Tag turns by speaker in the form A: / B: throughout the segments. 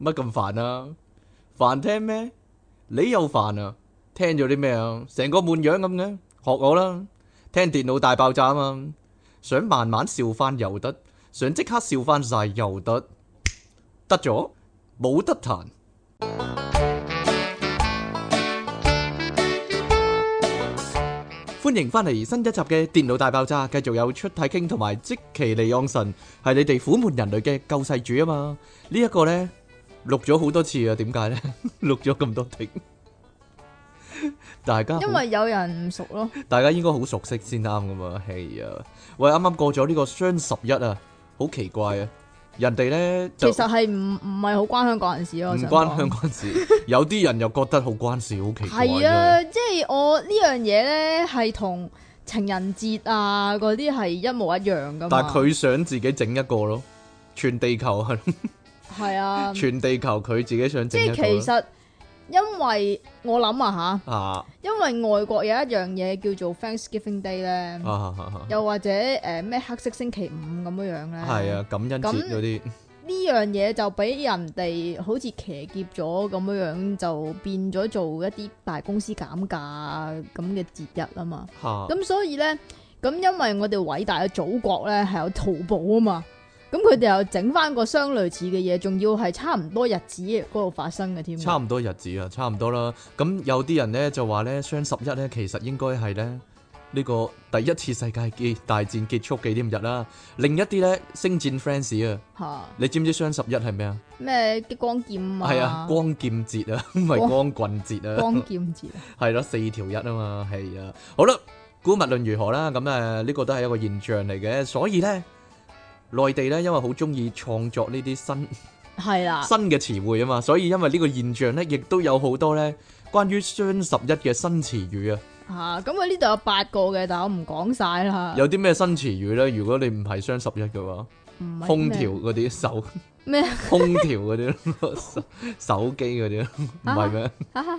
A: 乜咁煩啊？煩聽咩？你又煩啊？聽咗啲咩啊？成個悶樣咁嘅，學我啦，聽電腦大爆炸啊嘛！想慢慢笑翻又得，想即刻笑翻晒又得，得咗冇得彈。歡迎翻嚟新一集嘅電腦大爆炸，繼續有出體傾同埋即其利昂神，係你哋苦悶人類嘅救世主啊嘛！呢一個呢，錄咗好多次啊，點解呢？ 錄咗咁多停，大啊家好
B: 因為有人唔熟咯，
A: 大家應該好熟悉先啱噶嘛，係啊！喂，啱啱過咗呢個雙十一啊，好奇怪啊！人哋咧
B: 其
A: 就唔
B: 實係唔唔係好關香港人事咯，我想
A: 關
B: 講
A: 香港事，有啲人又覺得好關事，好奇怪
B: 係
A: 啫。
B: 啊，即係我呢樣嘢咧係同情人節啊嗰啲係一模一樣噶嘛。
A: 但係佢想自己整一個咯，全地球 係
B: 嗯係 啊，即
A: 全地球佢自己想整一個
B: 係其
A: 咯
B: 實因為我諗啊
A: 啊
B: 吓，因為外國有一樣嘢叫做 Thanksgiving Day 咧
A: 啊，啊
B: 又或者诶咩、黑色星期五咁樣樣咧，
A: 啊！係啊，感恩節嗰啲
B: 呢樣嘢就俾人哋好似騎劫咗咁樣樣，就變咗做一啲大公司減價咁嘅節日啊嘛。
A: 嚇，
B: 咁、所以呢，咁因為我哋偉大嘅祖國呢係有淘寶啊嘛，咁佢哋又整翻個相類似嘅嘢，仲要係差唔多日子嗰度發生嘅添。
A: 差唔多日子啊，差唔多啦。咁有啲人咧就話咧雙十一咧其實應該係咧呢個第一次世界結大戰結束紀念日啦。另一啲咧星戰 fans 啊。
B: 嚇
A: 你知唔知雙十一係咩啊？
B: 咩激光劍啊？
A: 係啊，光劍節啊， 唔係
B: 光
A: 光棍節啊，
B: 光劍節啊
A: 係咯，四條一啊嘛，係啊。好啦，估無論如何啦，咁誒呢個都係一個現象嚟嘅，所以咧，內地咧因為好中意創作呢啲新
B: 係啦，
A: 新嘅詞彙啊嘛，所以因為呢個現象咧，亦都有好多咧關於雙十一嘅新詞語啊。
B: 嚇咁佢呢度有八個嘅，但我唔講晒啦。
A: 有啲咩新詞語咧？如果你唔係雙十一嘅話，
B: 啊唔係
A: 空
B: 咩
A: 調嗰啲手，
B: 咩？
A: 空調嗰啲 咯手手機嗰啲
B: 啊
A: 咯，唔係咩？
B: 哈哈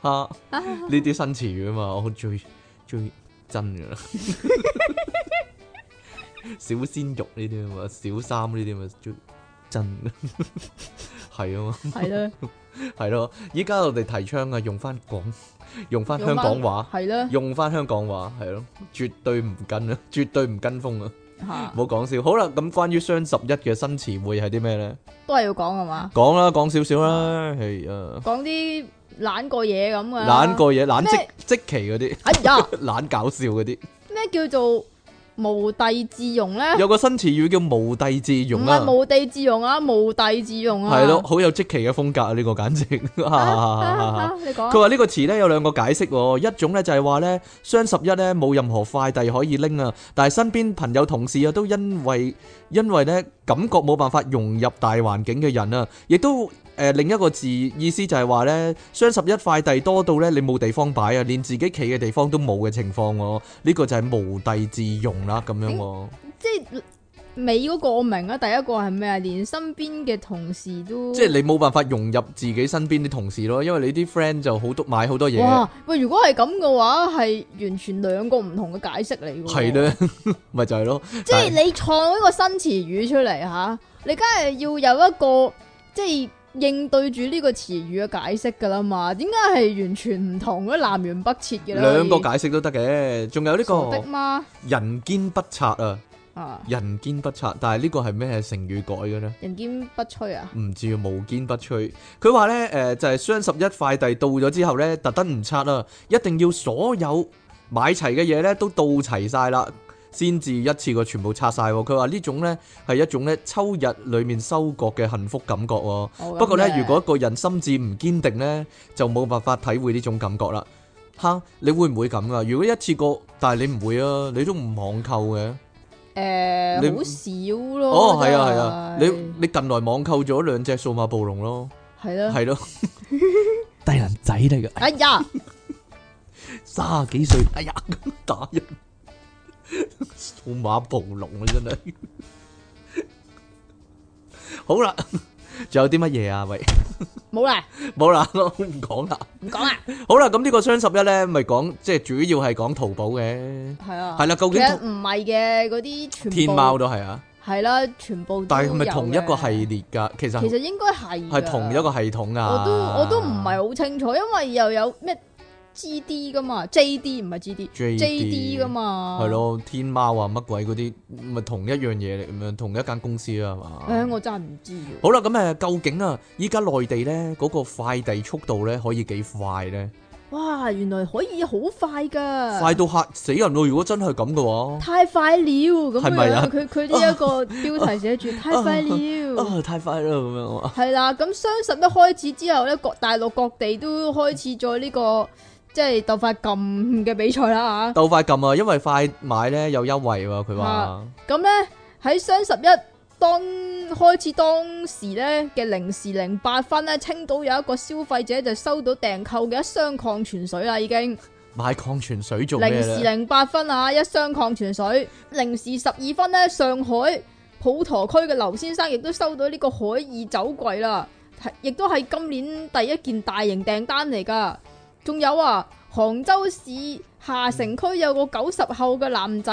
B: 哈
A: 啊！呢啲新詞語啊嘛，我最最真噶啦，小鮮肉呢啲啊嘛，小三呢啲啊嘛，最真㗎係啊嘛，
B: 係啦。
A: 係咯。依家我哋提倡啊，用翻廣， 用翻香港話，
B: 系啦，
A: 用翻香港話，係咯，絕對唔跟啊， 絕對唔跟風啊，
B: 吓
A: 冇講笑。好啦，咁關於雙十一嘅新詞彙係啲咩咧？
B: 都系要讲系嘛，
A: 講啦，講少少啦，係啊，
B: 讲啲懶過嘢咁嘅。
A: 懶，過嘢，懶
B: 咩
A: 即即期嗰啲，
B: 哎呀，
A: 懶搞笑嗰啲。
B: 咩叫做無地自容咧？
A: 有個新詞語叫無地自
B: 啊唔
A: 容啊
B: 係，無地自容啊，無地自容啊。
A: 係咯，好有即期嘅風格啊！呢個簡直，
B: 啊。啊啊
A: 佢
B: 你講啊
A: 話呢個詞呢有兩個解釋喎，一種呢就係話呢，雙十一呢冇任何快遞可以拎啊，但係身邊朋友同事啊都因為因為呢感覺冇辦法融入大環境嘅人啊，亦都。誒、另一個字意思就係話呢，雙十一快遞多到呢，你冇地方擺啊，連自己企嘅地方都冇嘅情況喎，呢、個就係無地自容啦，咁樣喎。
B: 即係尾嗰個我明啊，第一個係咩啊？連身邊嘅同事都
A: 即係你冇辦法融入自己身邊啲同事咯，因為你啲 friend 就好多買好多嘢，
B: 哇！喂，如果係咁嘅話，係完全兩個唔同嘅解釋嚟嘅。
A: 係。咧， 咪就係咯。
B: 即係你創一個新詞語出嚟吓，你梗係要有一個即係應對住呢個詞語嘅解釋噶啦嘛？點解係完全唔同嘅南辕北轍嘅咧？
A: 兩個解釋都得嘅，仲有呢
B: 可以傻的
A: 個
B: 嗎？
A: 人堅不察啊，
B: 啊，
A: 人堅不察，但係呢個係咩成語改嘅呢？
B: 人堅不摧啊！
A: 唔知啊，無堅不摧。佢話呢，誒、就係、雙十一快遞到咗之後呢，特登唔拆啦，一定要所有買齊嘅嘢呢都到齊晒啦，先至一次過全部拆晒喎。佢話呢種呢係一種呢秋日裡面收割嘅幸福感覺喎。
B: 我咁
A: 不過咧，
B: 嘅
A: 如果一個人心智唔堅定咧，就冇辦法體會呢種感覺啦。吓，你會唔會咁噶？如果一次過，但係你唔會啊，你都唔網購嘅。
B: 誒
A: 你
B: 好少咯，
A: 哦，係啊，係啊，你
B: 真係
A: 你近來網購咗兩隻數碼暴龍咯，
B: 係啦，
A: 係咯，低能仔嚟噶，
B: 哎呀，
A: 卅幾歲，哎呀，咁打人，數碼暴龍啊，真係。好啦，仲有啲乜嘢啊？喂，
B: 冇啦，
A: 冇啦，我唔講啦。
B: 唔講啦，
A: 好啦，咁呢個雙十一咧，咪講即係主要係講淘寶嘅，
B: 係啊，
A: 係啦，究
B: 其
A: 竟
B: 實
A: 淘
B: 唔係嘅，嗰啲全部
A: 天貓都係啊，
B: 係啦，全部
A: 但係
B: 係
A: 係咪同一個系列㗎？其實
B: 其實應該係
A: 係同一個系統啊！
B: 我都我都唔係好清楚，因為又有咩 G D 噶嘛，J D 唔係 G D，J
A: JD
B: D 噶嘛，
A: 係。咯，天貓啊，乜鬼嗰啲，咪同一樣嘢嚟，咁樣同一間公司啊嘛。
B: 唉，我真係唔知喎
A: 好啦，咁誒，究竟啊，依家內地咧嗰個快遞速度咧可以幾快咧？
B: 哇，原來可以好快噶，
A: 快到嚇死人咯！如果真係咁嘅
B: 太快了咁
A: 係咪啊
B: 樣。佢 佢呢一個標題寫住太快
A: 話，
B: 了。
A: 啊太快啦咁樣啊，
B: 係啦，咁雙十一開始之後咧，各大陸各地都開始咗呢、個即係鬥快撳嘅比賽啦
A: 鬥快撳啊，因為快買咧有優惠喎，佢話
B: 啊吓。咁咧喺雙十一當開始當時咧嘅零時零八分咧，青島有一個消費者就收到訂購嘅一箱礦泉水啦，已經
A: 買礦泉水做咩
B: 零時
A: 咧？
B: 零八分啊，一箱礦泉水。零時十二分咧，上海普陀區嘅劉先生亦都收到呢個海爾酒櫃啦，係亦都係今年第一件大型訂單嚟噶。仲有啊，杭州市下城區有個九十後嘅男仔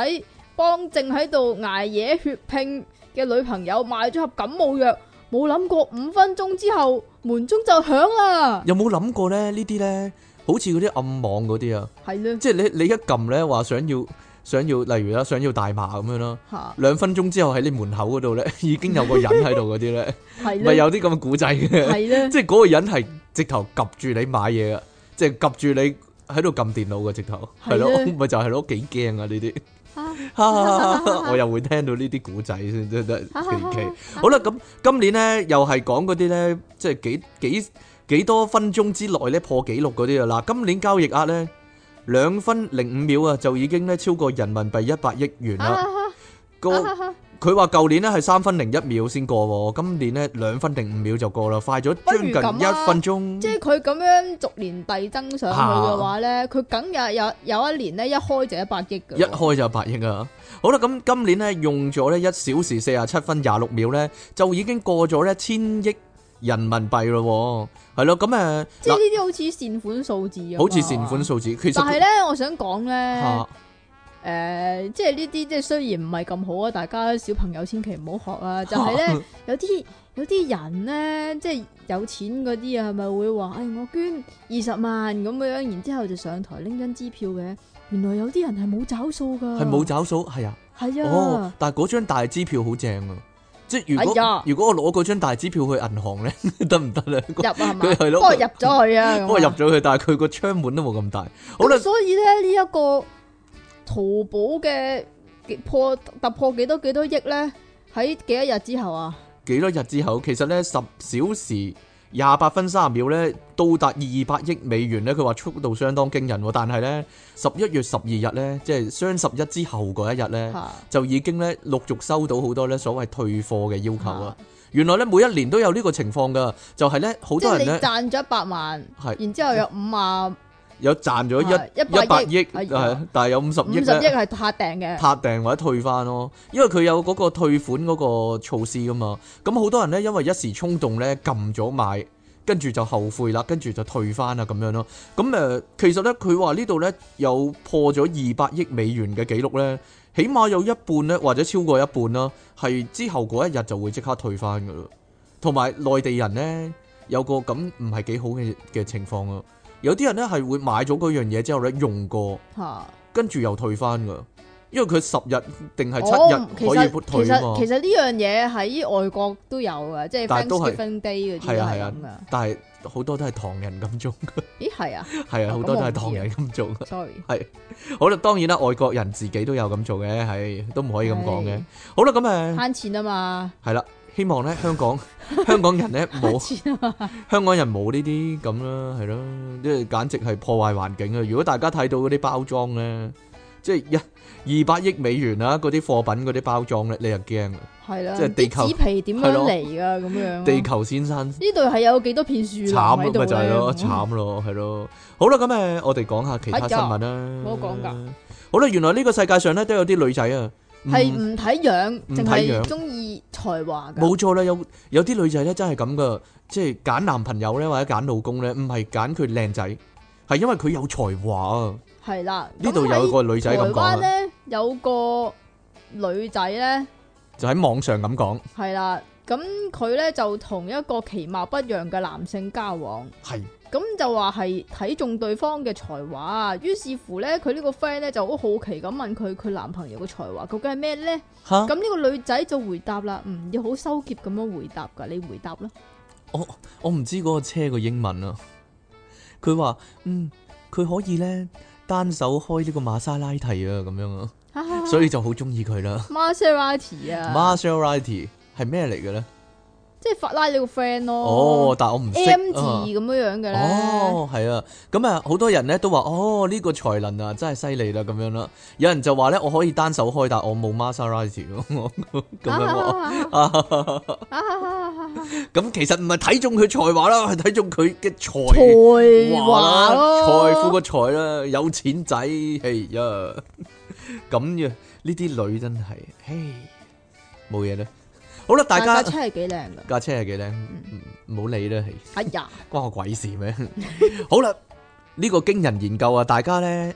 B: 幫正喺度捱夜血拼嘅女朋友買咗盒感冒藥，冇諗過五分鐘之後門鐘就響啦，
A: 有冇諗過咧？呢啲咧好似嗰啲暗網嗰啲啊，
B: 係咧
A: 即係你你一撳咧話想要想要，例如啦想要大麻咁樣啦。
B: 吓，
A: 兩分鐘之後喺你門口嗰度咧，已經有個人喺度嗰啲咧，
B: 係
A: 咪
B: 咧，
A: 有啲咁嘅古仔嘅，
B: 係咧。
A: 即係嗰個人係直頭及住你買嘢噶，即係及住你喺度撳電腦嘅直頭，係
B: 係
A: 咯，
B: 咧
A: 咪就係咯，幾驚啊呢啲。
B: 啊
A: 我又會聽到呢啲古仔先，真係奇奇。好啦，咁今年咧又係講嗰啲咧，即係幾幾幾多分鐘之內咧破紀錄嗰啲啊！嗱，今年交易額咧兩分零五秒啊，就已經咧超過人民幣一百億元
B: 啊
A: 啦。個佢話舊年咧係三分零一秒先過喎，今年咧兩分零五秒就過啦，快咗將近
B: 不如咁啊
A: 一分鐘。
B: 即係佢咁樣逐年遞增上去嘅
A: 啊
B: 話咧，佢梗有有有一年咧一開就一百億嘅，
A: 一開就百億啊！好啦，咁今年咧用咗咧一小時四十七分廿六秒咧，就已經過咗咧千億人民幣咯喎，係咯，咁誒
B: 即係呢啲好似善款數字咁啊。
A: 嗱，好似善款數字，啊其實
B: 但係
A: 佢
B: 咧，我想講
A: 嚇
B: 咧，诶，即係呢啲即係雖然唔係咁好啊，大家小朋友千祈唔好 學啊。就係咧，有啲有啲人咧，即係有錢嗰啲啊，係咪會話，诶，我捐二十萬咁樣，然之后就上台拎張支票嘅。原來有啲人係冇找數㗎，
A: 係冇找數，係啊，
B: 係
A: 哦
B: 啊，，
A: 但係嗰張大支票好正啊！即係如
B: 哎呀
A: 果如果我攞嗰張大支票去銀行咧， 得唔得咧？
B: 入啊係嘛，
A: 佢係咯
B: 不過入咗 去啊，咁啊
A: 不過入咗去，但係佢個窗門都冇咁大。好啦
B: 咁，所以咧呢一、個淘寶嘅幾破突破幾多幾多億咧，喺幾多日之後啊？
A: 幾多日之後，其實咧十小時廿八分三十秒咧，到達二百億美元咧，佢話速度相當驚人喎。但係咧，十一月十二日咧，即係雙十一之後嗰一日咧，
B: 嚇
A: 就已經咧陸續收到好多咧所謂退貨嘅要求啊
B: 啊。
A: 原來咧每一年都有呢個情況㗎，就係咧好
B: 即
A: 多
B: 係你
A: 人咧
B: 賺咗一百萬，
A: 係
B: 然之後有五啊
A: 有賺咗
B: 啊
A: 一
B: 100
A: 一百億，
B: 哎呀
A: 係但係有五十
B: 五
A: 億
B: 十億
A: 咧。
B: 係啊拍訂嘅，
A: 拍訂或者退翻咯，因為佢有嗰個退款嗰個措施噶嘛。咁好多人咧，因為一時衝動咧撳咗買，跟住就後悔啦，跟住就退翻啦咁樣咯。咁誒、呃其實咧佢話呢度咧有破咗二百億美元嘅記錄咧，起碼有一半咧或者超過一半啦，係之後嗰一日就會即刻退翻噶啦。同埋內地人咧有個咁唔係幾好嘅嘅情況啊，有啲人咧係會買咗嗰樣嘢之後咧用過。
B: 嚇
A: 跟住又退翻噶，因為佢十日定係
B: 我唔
A: 七
B: 哦其
A: 日可以
B: 實其
A: 退啊嘛
B: 實。其實呢樣嘢喺外國都有嘅，即係
A: 但係都係
B: Thanksgiving Day 嗰啲
A: 係
B: 都
A: 啊
B: 係
A: 係
B: 咁
A: 啊
B: 嘅。，
A: 但係好多都係唐人咁做，
B: 咦係 啊
A: 係啊，
B: 哦
A: 好多都係唐人咁做。
B: ，sorry，
A: 好啦，當然啦，外國人自己都有咁做嘅，係都唔可以咁講嘅
B: 係。
A: 好啦，咁誒
B: 慳錢啊嘛，
A: 係啦，希望咧香港 香港 人咧冇
B: 慳錢啊嘛，
A: 香港人冇呢啲咁啦，係咯，即係簡直係破壞環境啊！如果大家睇到嗰啲包裝咧，即係一二百億美元啦，嗰啲貨品嗰啲包裝咧，你又驚啊！
B: 係啦，
A: 即係地
B: 啲
A: 球
B: 紙皮點
A: 係
B: 樣
A: 咯
B: 嚟㗎咁樣？
A: 地球先生。
B: 呢度係有幾多片樹林
A: 慘咯，
B: 喺
A: 咪
B: 度
A: 就係咯，
B: 咧
A: 慘咯，係咯。好啦，咁誒，我哋講下其他新聞啦。
B: 冇得講㗎。
A: 好啦，原來呢個世界上咧都有啲女仔啊，嗯
B: 係唔睇樣，
A: 唔
B: 淨
A: 睇
B: 係
A: 樣
B: 中意才華㗎。
A: 冇錯啦，有有啲女仔咧真係咁噶，即係揀男朋友咧或者揀老公咧，唔係揀佢靚仔，係因為佢有才華啊。
B: 係啦，
A: 呢度有個女
B: 個
A: 仔咁講
B: 台灣
A: 啊，
B: 咧有個女仔咧
A: 就喺網上咁講，
B: 系啦，咁佢咧就同一個其貌不揚嘅男性交往，
A: 係
B: 咁就話係睇中對方嘅才華啊。於是乎咧，佢呢個 friend 咧就好好奇咁問佢佢男朋友嘅才華究竟係咩咧？
A: 吓
B: 咁呢個女仔就回答啦，嗯，要好羞澀咁樣回答噶，你回答啦。
A: 我唔知嗰個車個英文啊。佢話嗯，佢可以咧單手開呢個馬莎拉蒂啊，咁樣啊，所以就好中意佢啦。
B: Maserati 啊，
A: Maserati 係咩嚟嘅咧？
B: 即係法拉利個 friend 咯。
A: 哦，但我唔識
B: M 字
A: 啊
B: 咁樣樣嘅咧。
A: 哦，係啊，咁啊，好多人咧都話，哦，呢、個才能啊，真係犀利啦，咁樣啦。有人就話咧，我可以單手開，但我冇 Maserati 咯，我 咁樣喎。
B: 啊啊啊啊 啊啊
A: 咁其實唔係睇中佢才華啦，係睇中佢嘅才
B: 才華
A: 華啦，
B: 咯，
A: 財富個財啦，有錢仔，嘿呀，咁嘅呢啲女真係，嘿，冇嘢啦。好啦，大
B: 但
A: 家
B: 架車係幾靚噶。
A: 架車係幾靚，嗯唔好理啦，係。
B: 哎呀，
A: 关我鬼事咩？ 好啦，呢、個个惊人研究啊，大家呢，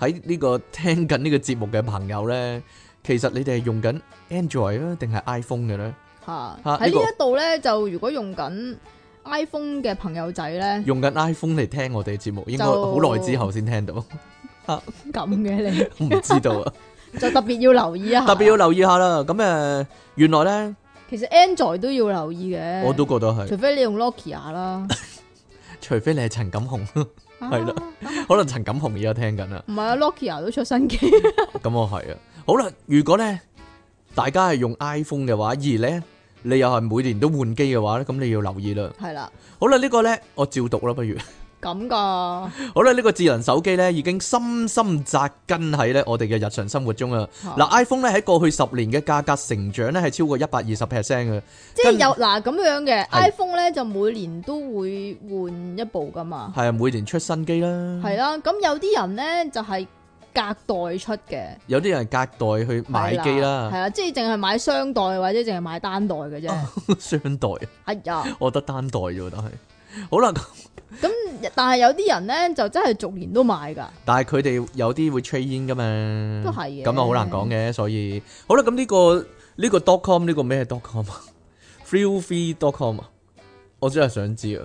A: 喺呢个听紧呢个节目嘅朋友呢，其实你哋系用紧 Android 啊，定系 iPhone 嘅呢？
B: 吓
A: 嚇
B: 喺
A: 呢個
B: 呢一度咧，就如果用緊 iPhone 嘅朋友仔咧，
A: 用紧 iPhone 嚟听我哋节目，应该
B: 就
A: 好耐之后先听到， 唔
B: 咁嘅你
A: 知道啊。
B: 就特別要留意一下。
A: 特别要留意下啦。咁诶、呃原来呢，
B: 其實 Android 都要留意嘅。
A: 我都覺 得係，
B: 除非你用 Nokia 啦，
A: 除非你係陳錦紅， 係啦
B: 啊，
A: 可能陳錦紅而家聽緊啦。
B: 唔係啊，Nokia 都出新機。
A: 咁我係啊。好啦，如果咧大家係用 iPhone 嘅話，而咧你又係每年都換機嘅話咧，咁你要留意啦。
B: 係啦，
A: 好啦，呢、個咧我照讀啦，不如。
B: 咁噶。
A: 好啦，呢、個智能手機咧已經深深扎根喺咧我哋嘅日常生活中啊。
B: 嚇
A: 嗱、iPhone 咧喺過去十年嘅價格成長咧係超過一百二十 percent 嘅，
B: 即係
A: 跟
B: 有嗱咁樣嘅
A: 係
B: iPhone 咧，就每年都會換一部噶嘛，
A: 係啊，每年出新機啦。
B: 係啦。咁有啲人咧就係隔代出嘅，
A: 有啲人隔代去買機
B: 係啊
A: 啦，
B: 啦，即係淨係買雙代或者淨係買單代嘅啫。
A: 相代，
B: 係呀，
A: 我覺得單代啫喎，但係好啦，
B: 但係有啲人咧就真係逐年都買㗎，
A: 但係佢哋有啲會 trade in 噶嘛，
B: 都係嘅。
A: 咁啊好難講嘅，所以好啦，咁呢、個呢、個 dot com 呢個咩 dot com 啊，feel free dot com 啊，我真係想知啊。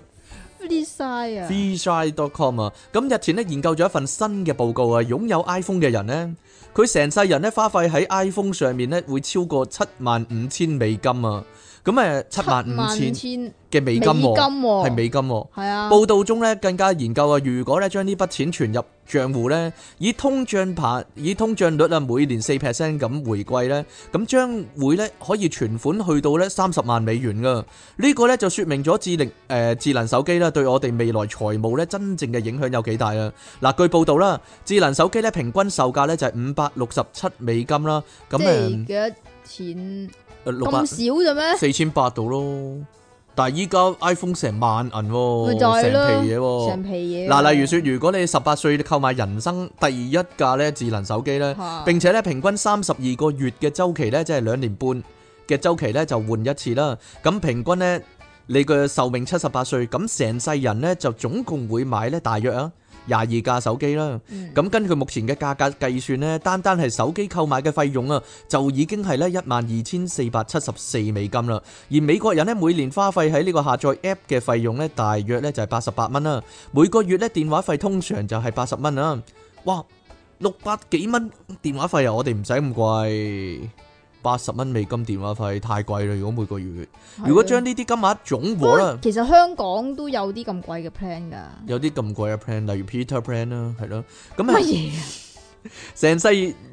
B: ，free size 啊
A: f r，e e s i d e c o m 啊，咁日前咧研究咗一份新嘅報告啊，擁有 iPhone 嘅人呢，佢成世人咧花費喺 iPhone 上面咧會超過七萬五千美金啊，咁誒七萬五千
B: 千
A: 嘅美
B: 美
A: 金
B: 金
A: 喎，
B: 喎，
A: 係美金喎。
B: 係啊，
A: 報道中咧更加研究啊，如果咧將呢筆錢存入帳户咧，以通脹排以通脹率啊每年四 percent 咁回歸咧，咁將會咧可以存款去到咧三十萬美元噶。呢個咧就説明咗智能誒、呃智能手機啦，對我哋未來財務咧真正嘅影響有幾大啊！嗱，據報道啦，智能手機咧平均售價咧就係五百六十七美金啦，咁
B: 即係幾
A: 誒
B: 多錢？
A: 呃六百
B: 咁少啫咩？
A: 四千八度咯。但係依家 iPhone 成萬銀
B: 咪
A: 喎，
B: 就
A: 成
B: 係咯
A: 皮嘢喎，
B: 成皮嘢
A: 哦
B: 啊。
A: 嗱，例如說，如果你十八歲購買人生第一架咧智能手機咧，
B: 嚇，
A: 並且咧平均三十二個月嘅周期咧，即係兩年半嘅周期咧就換一次啦。咁平均咧，你嘅壽命七十八歲，咁成世人咧就總共會買咧大約啊廿二架手機啦。
B: 嗯
A: 咁根據目前嘅價格計算呢，單單係手機購買嘅費用啊，就已經係咧一萬二千四百七十四美金啦。而美國人呢，每年花費喺呢個下載 App 嘅費用呢，大約呢就係八十八蚊啦。每個月呢，電話費通常就係八十蚊啦。哇，六百幾蚊電話費啊！我哋唔使咁貴，八十蚊美金電話費太貴啦。如果每個月，
B: 係
A: 如果
B: 啊
A: 將呢啲金額總
B: 不
A: 和
B: 過
A: 啦，
B: 其實香港都有啲咁貴嘅 plan 㗎。
A: 有啲咁貴嘅 plan，例如 Peter Plan 啦，係咯，咁
B: 乜
A: 啊
B: 嘢啊？
A: 成世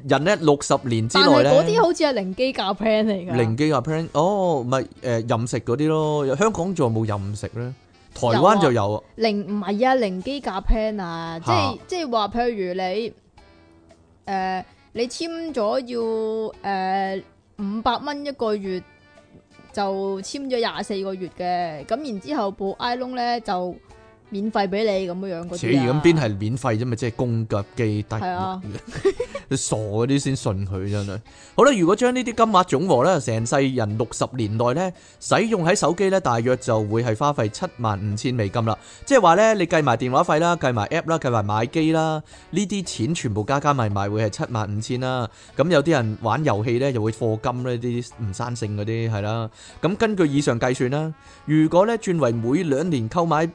A: 人呢，六十年之
B: 但係
A: 內呢。
B: 嗰啲好似係零基價 plan 嚟㗎。
A: 零機啊 plan，哦，咪誒任食嗰啲咯，香港仲有冇任食咧？台灣就有啊，
B: 零唔係啊，零基價 plan 啊，即係即係話，譬如你誒、呃你簽咗要誒五百蚊一個月，就簽咗廿四個月嘅，咁然之後部 iPhone 咧就免費俾你咁樣樣嗰
A: 扯
B: 啲啊
A: 咁邊係免費啫嘛，即係公腳機低，
B: 係啊
A: 你傻嗰啲先信佢真係。好啦，如果將呢啲金額總和咧，成世人六十年內咧使用喺手機咧，大約就會係花費七萬五千美金啦。即係話咧，你計埋電話費啦，計埋 app 啦，計埋買機啦，呢啲錢全部加加埋埋會係七萬五千啦。咁有啲人玩遊戲咧，又會課金呢啲唔生性嗰啲係啦。咁根據以上計算啦，如果咧轉為每兩年購買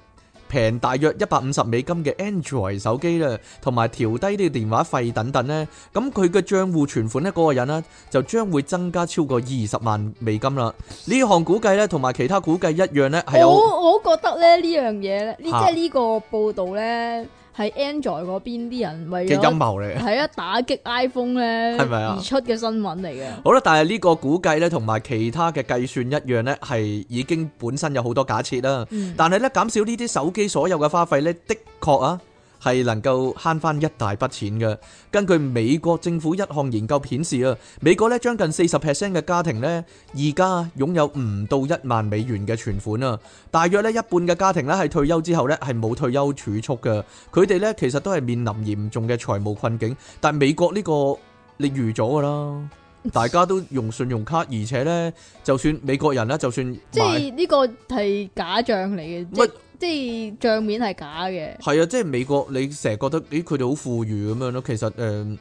A: 平大約一百五十美金嘅 Android 手機啦，同埋調低呢個電話費等等咧，咁佢嘅帳戶存款咧，嗰個人啦就將會增加超過二十萬美金啦。呢項估計咧，同埋其他估計一樣咧，係有。
B: 我我覺得咧呢樣嘢咧，呢即
A: 嚇
B: 係呢個報道咧，係 Android 嗰邊啲人為
A: 嘅陰
B: 咗
A: 謀嚟。
B: 係啊打擊 iPhone 咧
A: 係咪啊
B: 而出嘅新聞嚟嘅。
A: 好啦，但係呢個估計呢，同埋其他嘅計算一樣呢，係已經本身有好多假設啦。
B: 嗯，
A: 但係呢，減少呢啲手機所有嘅花費呢，的確啊係能夠慳翻一大筆錢嘅。根據美國政府一項研究顯示啊，美國呢將近四十 percent 嘅家庭呢，而家擁有唔到一萬美元嘅存款啊。大約呢，一半嘅家庭呢，係退休之後呢，係冇退休儲蓄嘅，佢哋呢，其實都係面臨嚴重嘅財務困境。但美國呢、個你預咗㗎啦。大家都用信用卡，而且呢，就算美國人啦，就算
B: 即
A: 買
B: 係呢個係假象嚟嘅，
A: 乜
B: 即即係帳面係假嘅。
A: 係啊，即係美國，你成日覺得咦佢哋好富裕咁樣咯，其實誒、呃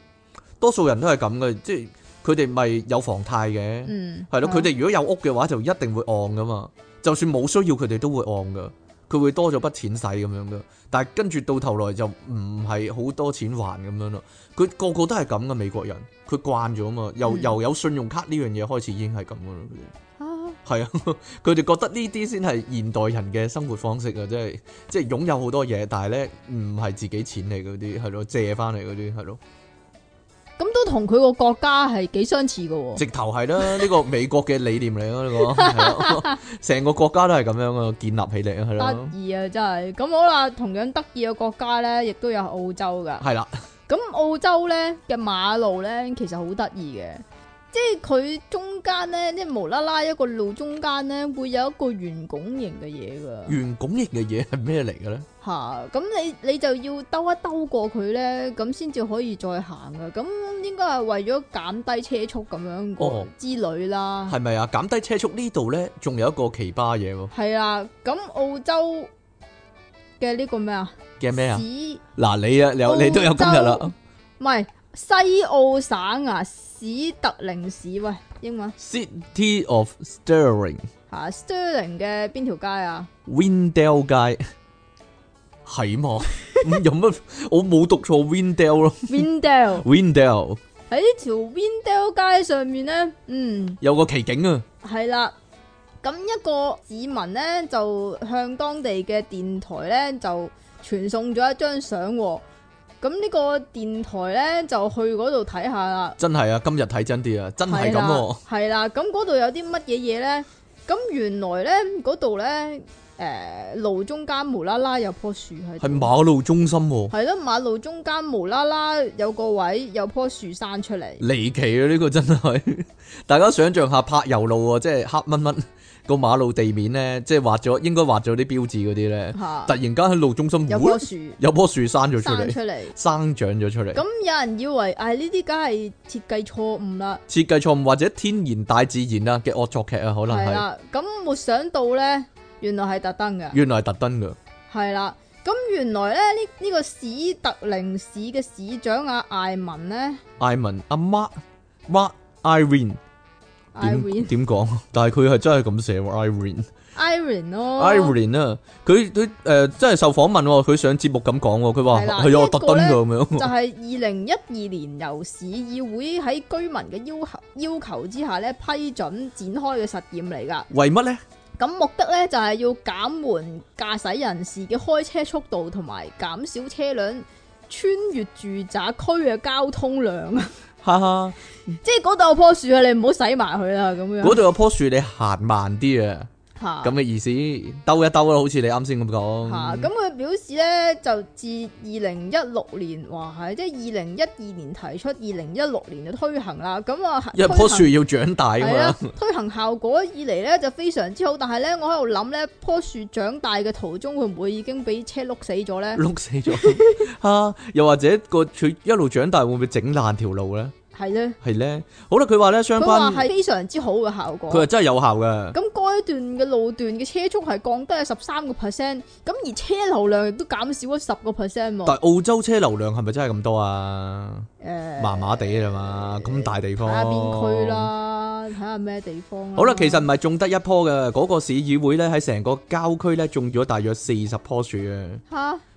A: 多數人都係咁嘅，即係佢哋咪有房貸嘅，
B: 嗯，
A: 係咯、佢
B: 啊
A: 哋如果有屋嘅話就一定會按噶嘛，就算冇需要佢哋都會按噶，佢會多咗筆錢使咁樣噶，但係跟住到頭來就唔係好多錢還咁樣咯，佢個個都係咁嘅美國人，佢慣咗嘛，由、
B: 嗯
A: 由有信用卡呢樣嘢開始已經係咁噶啦。佢哋
B: 啊
A: 係啊， 佢哋覺得呢啲先係現代人嘅生活方式啊，即係即係擁有好多嘢，但係咧唔係自己錢嚟嗰啲，係咯，借翻嚟嗰啲係咯，
B: 咁都同佢個國家係幾相似嘅喎。
A: 直頭係啦，呢個美國嘅理念嚟咯，呢個係咯，成個國家都係咁樣啊，建立起嚟啊，係
B: 得
A: 咯，
B: 意啊，真係咁好啦。同樣得意嘅國家咧，亦都有澳洲噶。
A: 係啦，
B: 咁澳洲咧嘅馬路咧，其實好得意嘅，即係佢中間咧，即係無啦啦一個路中間咧，會有一個圓拱形嘅嘢噶
A: 圓拱形嘅嘢係咩嚟嘅咧？
B: 吓。咁、你你就要兜一兜過佢咧，咁先至可以再行噶。咁應該係為咗減低車速咁樣過
A: 哦
B: 之類啦。
A: 係咪啊？減低車速呢度咧，仲有一個奇葩嘢喎，
B: 係啊，咁澳洲嘅呢個咩啊？
A: 嘅咩啊？
B: 市
A: 嗱，你啊，你有
B: 澳
A: 你都有今日啦
B: 洲，唔係西澳省啊，史特靈市喂，英文。
A: City of Stirling。
B: 吓 Sterling 嘅邊條街啊？
A: Windell 街係嘛？ 咁有乜？我冇讀錯 Windell 咯
B: Windell
A: ，Windell
B: 喺呢條 Windell 街上面咧，嗯，
A: 有個奇景啊，
B: 係啦。咁一個市民咧就向當地嘅電台咧就傳送咗一張相喎。咁呢個電台咧就去嗰度睇下啦。
A: 真係啊！今日睇真啲啊，真係
B: 係
A: 咁
B: 啦
A: 喎，，
B: 係啦，咁嗰度有啲乜嘢嘢咧？咁原來咧嗰度咧，誒、路中間無啦啦有棵樹喺度，
A: 係馬路中心喎，
B: 係咯，馬路中間無啦啦有個位有棵樹生出嚟，
A: 離奇啊！呢個真係， 大家想象下柏油路啊，即係黑掹掹 個馬路地面咧，即係畫咗應該畫咗啲標誌嗰啲咧，
B: 吓
A: 嗯突然間喺路中心，
B: 嗯有棵
A: 喎
B: 樹
A: 有棵樹生咗出
B: 生出
A: 嚟，
B: 嚟。
A: 生長咗出嚟。
B: 咁有人以為，唉呢啲梗係設計錯誤啦，
A: 設計錯誤或者天然大自然啊嘅惡作劇啊，可能
B: 係
A: 係
B: 啦。咁沒想到咧，原來係特登嘅，
A: 原來係特登㗎。
B: 係啦。咁原來咧呢呢個史特靈市嘅市長阿艾文咧，
A: 艾文阿 Mark Mark Irene
B: 艾
A: 點
B: Irene
A: 點講？ 但係佢係真係咁寫喎，Irene
B: Irene 咯
A: Irene 啊，佢佢誒真係受訪問喎，佢上節目咁講喎，佢話
B: 係
A: 係
B: 啦
A: 啊，我
B: 呢一個
A: 特登㗎咁樣
B: 就係二零一二年由市議會喺居民嘅要求要求之下咧批准展開嘅實驗嚟㗎。
A: 為乜咧？
B: 咁目的咧就係、要減緩駕駛人士嘅開車速度，同埋減少車輛穿越住宅區嘅交通 量啊！
A: 哈哈，
B: 即係嗰度有棵樹啊，你唔好駛埋佢啦咁樣。
A: 嗰度有棵樹，你行慢啲啊，
B: 吓
A: 咁嘅意思，兜一兜啦，好似你啱先咁
B: 吓，
A: 講。
B: 咁佢表示咧，就自二零一六年，哇係，即系二零一二年提出，二零一六年就推行啦。咁啊，
A: 因為
B: 推
A: 棵
B: 行
A: 樹要長大啊
B: 係
A: 嘛
B: 啦，，推行效果以嚟咧就非常之好，但係咧我喺度諗咧，棵樹長大嘅途中會唔會已經俾車碌死咗 咧？
A: 碌死咗啊！又或者個樹一路長大，會唔會整爛條路咧？
B: 係咧，
A: 係咧，好啦，佢話咧相
B: 佢話
A: 關，
B: 係非常之好嘅效
A: 佢係
B: 果。
A: 真係有效嘅。
B: 咁該段嘅路段嘅車速係降低咗十三個 percent，咁而車流量亦都減少咗十個 percent
A: 但
B: 喎。
A: 澳洲車流量係咪真係咁多啊？
B: 誒
A: 麻麻地啊嘛，咁大地方。
B: 睇下邊區。啦，睇下咩地方
A: 好啦，其實唔係種得一棵嘅，嗰、個市議會咧喺成個郊區咧種咗大約四十棵樹啊。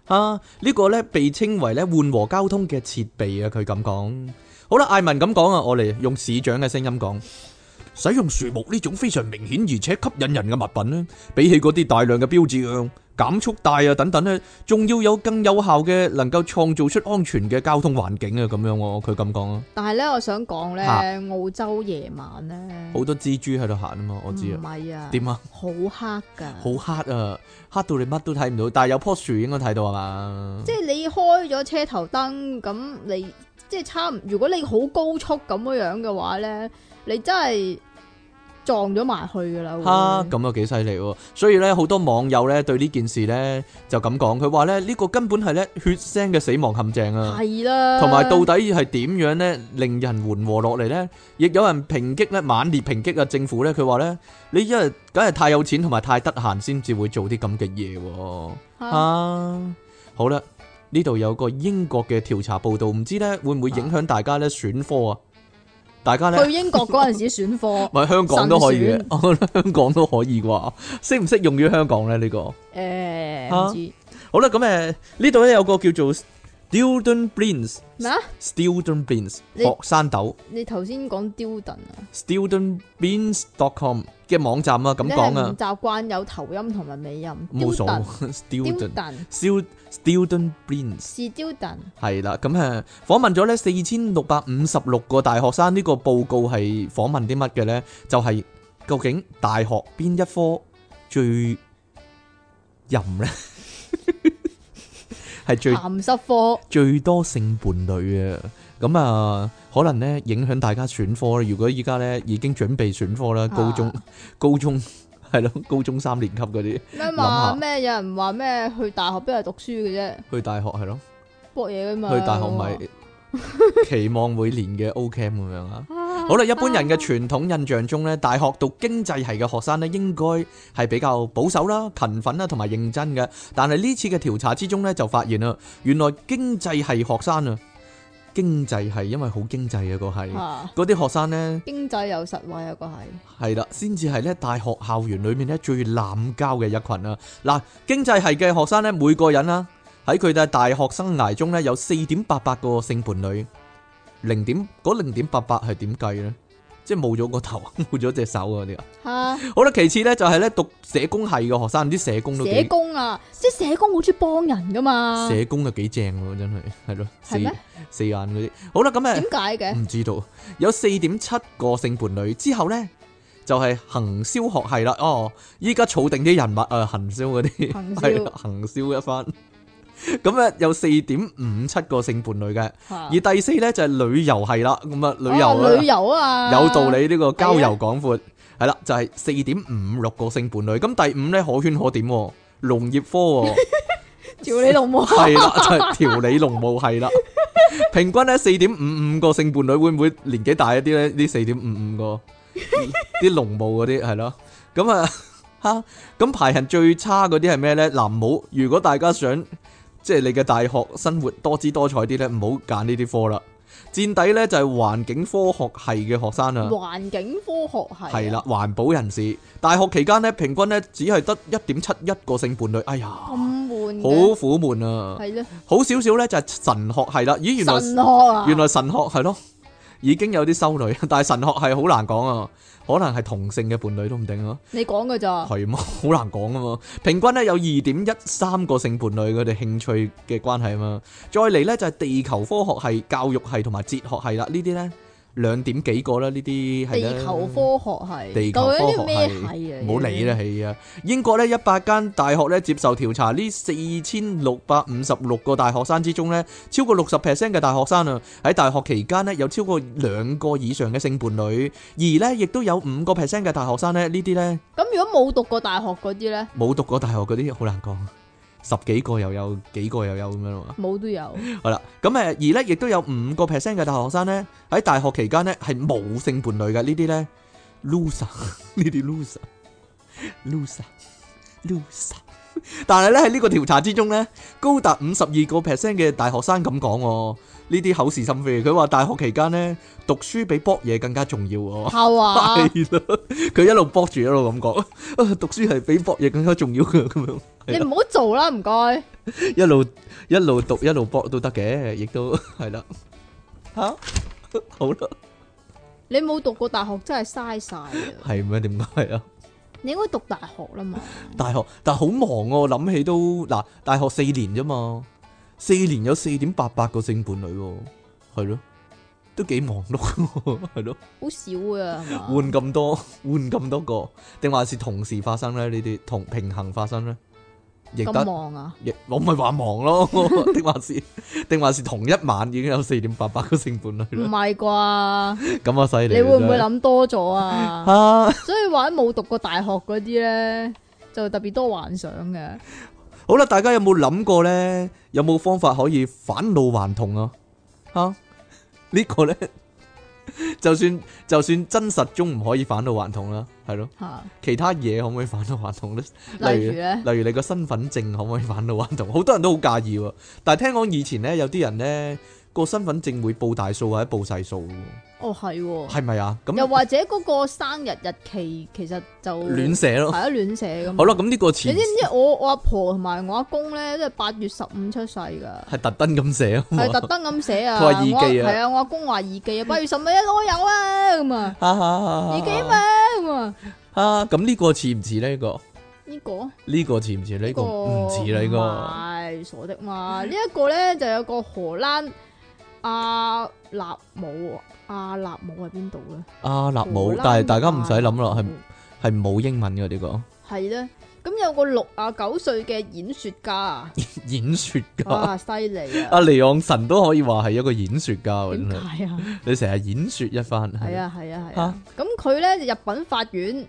B: 吓
A: 啊！呢、個呢，被稱為咧緩和交通嘅設備啊，佢咁講。好啦，艾文咁講啊，我嚟用市長嘅聲音講，使用樹木呢種非常明顯而且吸引人嘅物品呢，比起嗰啲大量嘅標誌啊、減速帶啊等等呢，仲要有更有效嘅能夠創造出安全嘅交通環境啊，咁樣喎，佢咁講啊，
B: 但係咧，我想講咧，
A: 嚇
B: 澳洲夜晚咧，
A: 好多蜘蛛喺度行啊嘛，我知
B: 唔
A: 啊，
B: 係啊，
A: 點啊，
B: 好黑㗎。
A: 好黑啊，黑到你乜都睇唔到，但係有棵樹應該睇到係嘛？
B: 即係你開咗車頭燈，咁你即係差唔，如果你好高速咁樣樣嘅話咧，你真係撞咗埋去噶啦。會
A: 哈，咁又幾犀利喎！所以咧，好多網友咧對呢件事咧就咁講，佢話咧呢個根本係咧血腥嘅死亡陷阱啊！
B: 係啦，
A: 同埋到底係點樣咧令人緩和落嚟咧？亦有人抨擊咧，猛烈抨擊啊！政府咧，佢話咧你因為梗係太有錢同埋太得閒先至會做啲咁嘅嘢喎。
B: 嚇
A: 啊，好啦，呢度有個英國嘅調查報道，唔知咧會唔會影響大家咧選科啊？大家咧。，
B: 去英國嗰陣時選課
A: 咪香港都可以嘅，我覺 得香港都可以啩，適唔適用於香港咧？呢、個
B: 誒
A: 嚇
B: 唔知
A: 好啦，咁誒呢度咧有個叫做 Student Beans
B: 咩啊？
A: Student Beans
B: 你
A: 學生豆
B: 你頭先講 Dilton 啊，
A: Student Beans dot com 嘅網站啊，咁
B: 你係
A: 講
B: 唔
A: 啊，
B: 習慣有頭音同埋尾音。
A: 冇所
B: Dilton
A: 謂 Student
B: Dilton
A: Stud- Student Beans
B: 是 Dilton，
A: 係啦，咁誒訪問咗咧四千六百五十六個大學生，呢、個報告係訪問啲乜嘅咧？就係、究竟大學邊一科最淫咧？ 係最
B: 鹹濕科
A: 最多性伴侶啊！咁啊，可能咧影響大家選科啦。如果依家咧已經準備選科啦，高中、
B: 啊
A: 高中係咯，高中三年級嗰啲
B: 咩
A: 諗下
B: 嘛？咩有人話咩去大學邊度讀書嘅啫，
A: 去大學係咯，
B: 搏嘢噶嘛。
A: 去大學咪 期望每年嘅 O Cam 咁樣啊！
B: 啊
A: 好啦，一般人嘅傳統印象中咧，大學讀經濟系嘅學生咧，應該係比較保守啦、勤奮啦同埋認真嘅。但係呢次嘅調查之中咧，就發現啦，啊原來經濟系學生啊，經濟系因為好經濟啊個係，
B: 啊
A: 嗰啲學生咧
B: 經濟有實惠啊，個係
A: 係啦，先至係咧大學校園裏面咧最濫交嘅一群啊。嗱，經濟系嘅學生咧，每個人啦喺佢哋大學生涯中咧有四點八八個性伴侶，零點嗰零點八八係點計咧？即係冇咗個頭， 冇咗隻手嗰啲啊！
B: 嚇
A: 好啦，其次咧就係咧讀社工系嘅學生，啲社工都
B: 社
A: 幾
B: 工啊，即係社工好中意幫人噶嘛，
A: 社工啊幾正喎，真係係咯，四
B: 係咩
A: 四眼嗰啲。好啦，咁誒
B: 點。解嘅？
A: 唔知道，有四點七個性伴侶之後呢，就係、行銷學系啦。哦，依家儲定啲人物啊，行銷嗰啲
B: 行銷
A: 係啦啊行銷一番。咁咧有四點五七個性伴侶嘅，
B: 嚇
A: 而第四呢，就係、旅遊系啦。咁啊，旅遊
B: 啊
A: 啦
B: 旅遊啊，
A: 有道 理呢個交
B: 係
A: 遊
B: 啊
A: 廣闊係啦，就係四點五六個性伴侶。咁第五呢，可圈可點喎，農業科喎。
B: 調你老母啊
A: 系啦， 就係調理農務係啦。平均咧四點五五個性伴侶，會唔會年紀大一啲咧？呢四點五五個啲農務嗰啲係咯，咁啊 吓，咁排行最差嗰啲係咩咧？嗱，唔好，如果大家想即係你嘅大學生活多姿多彩啲咧，唔好揀呢啲科啦。墊底咧就係環境科學系嘅學生啊。
B: 環境科學係啊
A: 係啦，，環保人士，大學期間咧，平均咧只係得一點七一個性伴侶，哎呀，
B: 咁
A: 好
B: 悶嘅
A: 苦悶啊！
B: 係咧，
A: 好少少咧就係神學系啦，咦原來
B: 神學啊，
A: 原來神學係咯，已經有啲修女， 但係神學係好難講啊，可能係同性嘅伴侶都唔定啊，
B: 你講嘅咋
A: 係嘛，好難講啊嘛。平均咧有二點一三個性伴侶，佢哋興趣嘅關係啊嘛。再嚟咧就係地球科學系、教育系同埋哲學系啦，呢啲咧兩點幾個啦，呢啲係啦
B: 地球科學系，
A: 地球科學
B: 究
A: 係
B: 竟呢咩系啊？
A: 唔好理啦，係啊！英國呢一百間大學呢接受調查，呢四千六百五十六個大學生之中呢，超過六十 percent 嘅大學生啊，喺大學期間呢，有超過兩個以上嘅性伴侶，而呢亦都有五個 percent 嘅大學生呢，呢啲呢
B: 咁如果冇讀過大學嗰啲咧，
A: 冇讀過大學嗰啲好難講，十幾個又有幾個又有咁樣咯。
B: 冇都有。
A: 好啦，咁誒呃而咧，亦都有五個 percent 嘅大學生咧，喺大學期間咧係冇性伴侶嘅，呢啲咧 loser，呢 啲 loser，loser，loser。但係咧喺呢個調查之中咧，高達五十二個 percent 嘅大學生咁講喎，呢啲口是心非。佢話大學期間咧讀書比搏嘢更加重要喎。
B: 係 啊，
A: 係咯，佢一路搏住一路咁講，啊讀書係比搏嘢更加重要嘅咁樣。
B: 你唔好做啦，唔該。
A: 一路一路讀一路搏都得嘅，亦都 係啦。吓、好啦，
B: 你冇讀過大學真係嘥晒啊！
A: 係咩？點解啊？
B: 你應該讀大學啦嘛。
A: 大學但係好忙喎、我諗起都嗱，大學四年啫嘛，四年有四點八八個性伴侶喎、係咯，都幾忙碌喎， 係咯，
B: 好少啊，係嘛？
A: 換咁多換咁多個，定還是同時發生咧？呢啲同平衡發生咧，亦
B: 咁
A: 得。
B: 忙啊！
A: 亦我咪話忙咯， 定還是定還是同一晚已經有四點八八個性伴侶
B: 唔
A: 啦，
B: 係啩？
A: 咁啊犀利
B: 你
A: 啦！
B: 會唔會
A: 真係
B: 諗多咗啊？
A: 啊！
B: 所以話冇讀過大學嗰啲咧，就特別多幻想嘅。
A: 好啦，大家有冇諗過呢？有冇方法可以返老還童啊？ 吓、呢、 個呢，就算就算真實中唔可以返老還童啦，係 咯，
B: 吓，
A: 其他嘢可唔可以返老還童呢？
B: 例如咧，
A: 例如你個身份證可唔可以返老還童？好多人都好介意喎，但係聽講以前呢，有啲人呢個身份證會報大數或者報細數喎，
B: 哦係喎，
A: 係咪啊？
B: 又
A: 咁
B: 或者嗰個生日日期其實就
A: 亂寫
B: 係
A: 咯。
B: 啊亂寫咁。
A: 好啦，，咁呢個
B: 你
A: 前
B: 知唔知我我阿婆同埋我阿公咧都係八月十五出世噶，
A: 係特登咁寫啊嘛
B: 係特登咁寫啊。
A: 佢話易記啊
B: 係啊，我阿公話易記啊，八月十五一攞有啊咁 啊，
A: 哈哈哈哈
B: 易記咩咁啊？
A: 啊，咁呢個似唔似呢個？
B: 呢個
A: 呢個似唔似？呢個唔似啦，呢個
B: 係傻的嘛？呢一個咧就有個荷蘭阿納姆啊，阿納姆喺邊度咧？
A: 阿納姆
B: 荷蘭，
A: 啊但係大家唔使諗啦，係
B: 納姆
A: 係冇英文嘅呢個
B: 係咧，咁有個六啊九歲嘅演說 家啊，
A: 演說家。
B: 哇，犀利 啊！
A: 阿尼昂神都可以話係一個演說家喎，
B: 點
A: 哦真係
B: 解啊？
A: 你成日演說一番，
B: 係
A: 係
B: 啊，係啊，係啊！咁佢咧就入禀法院，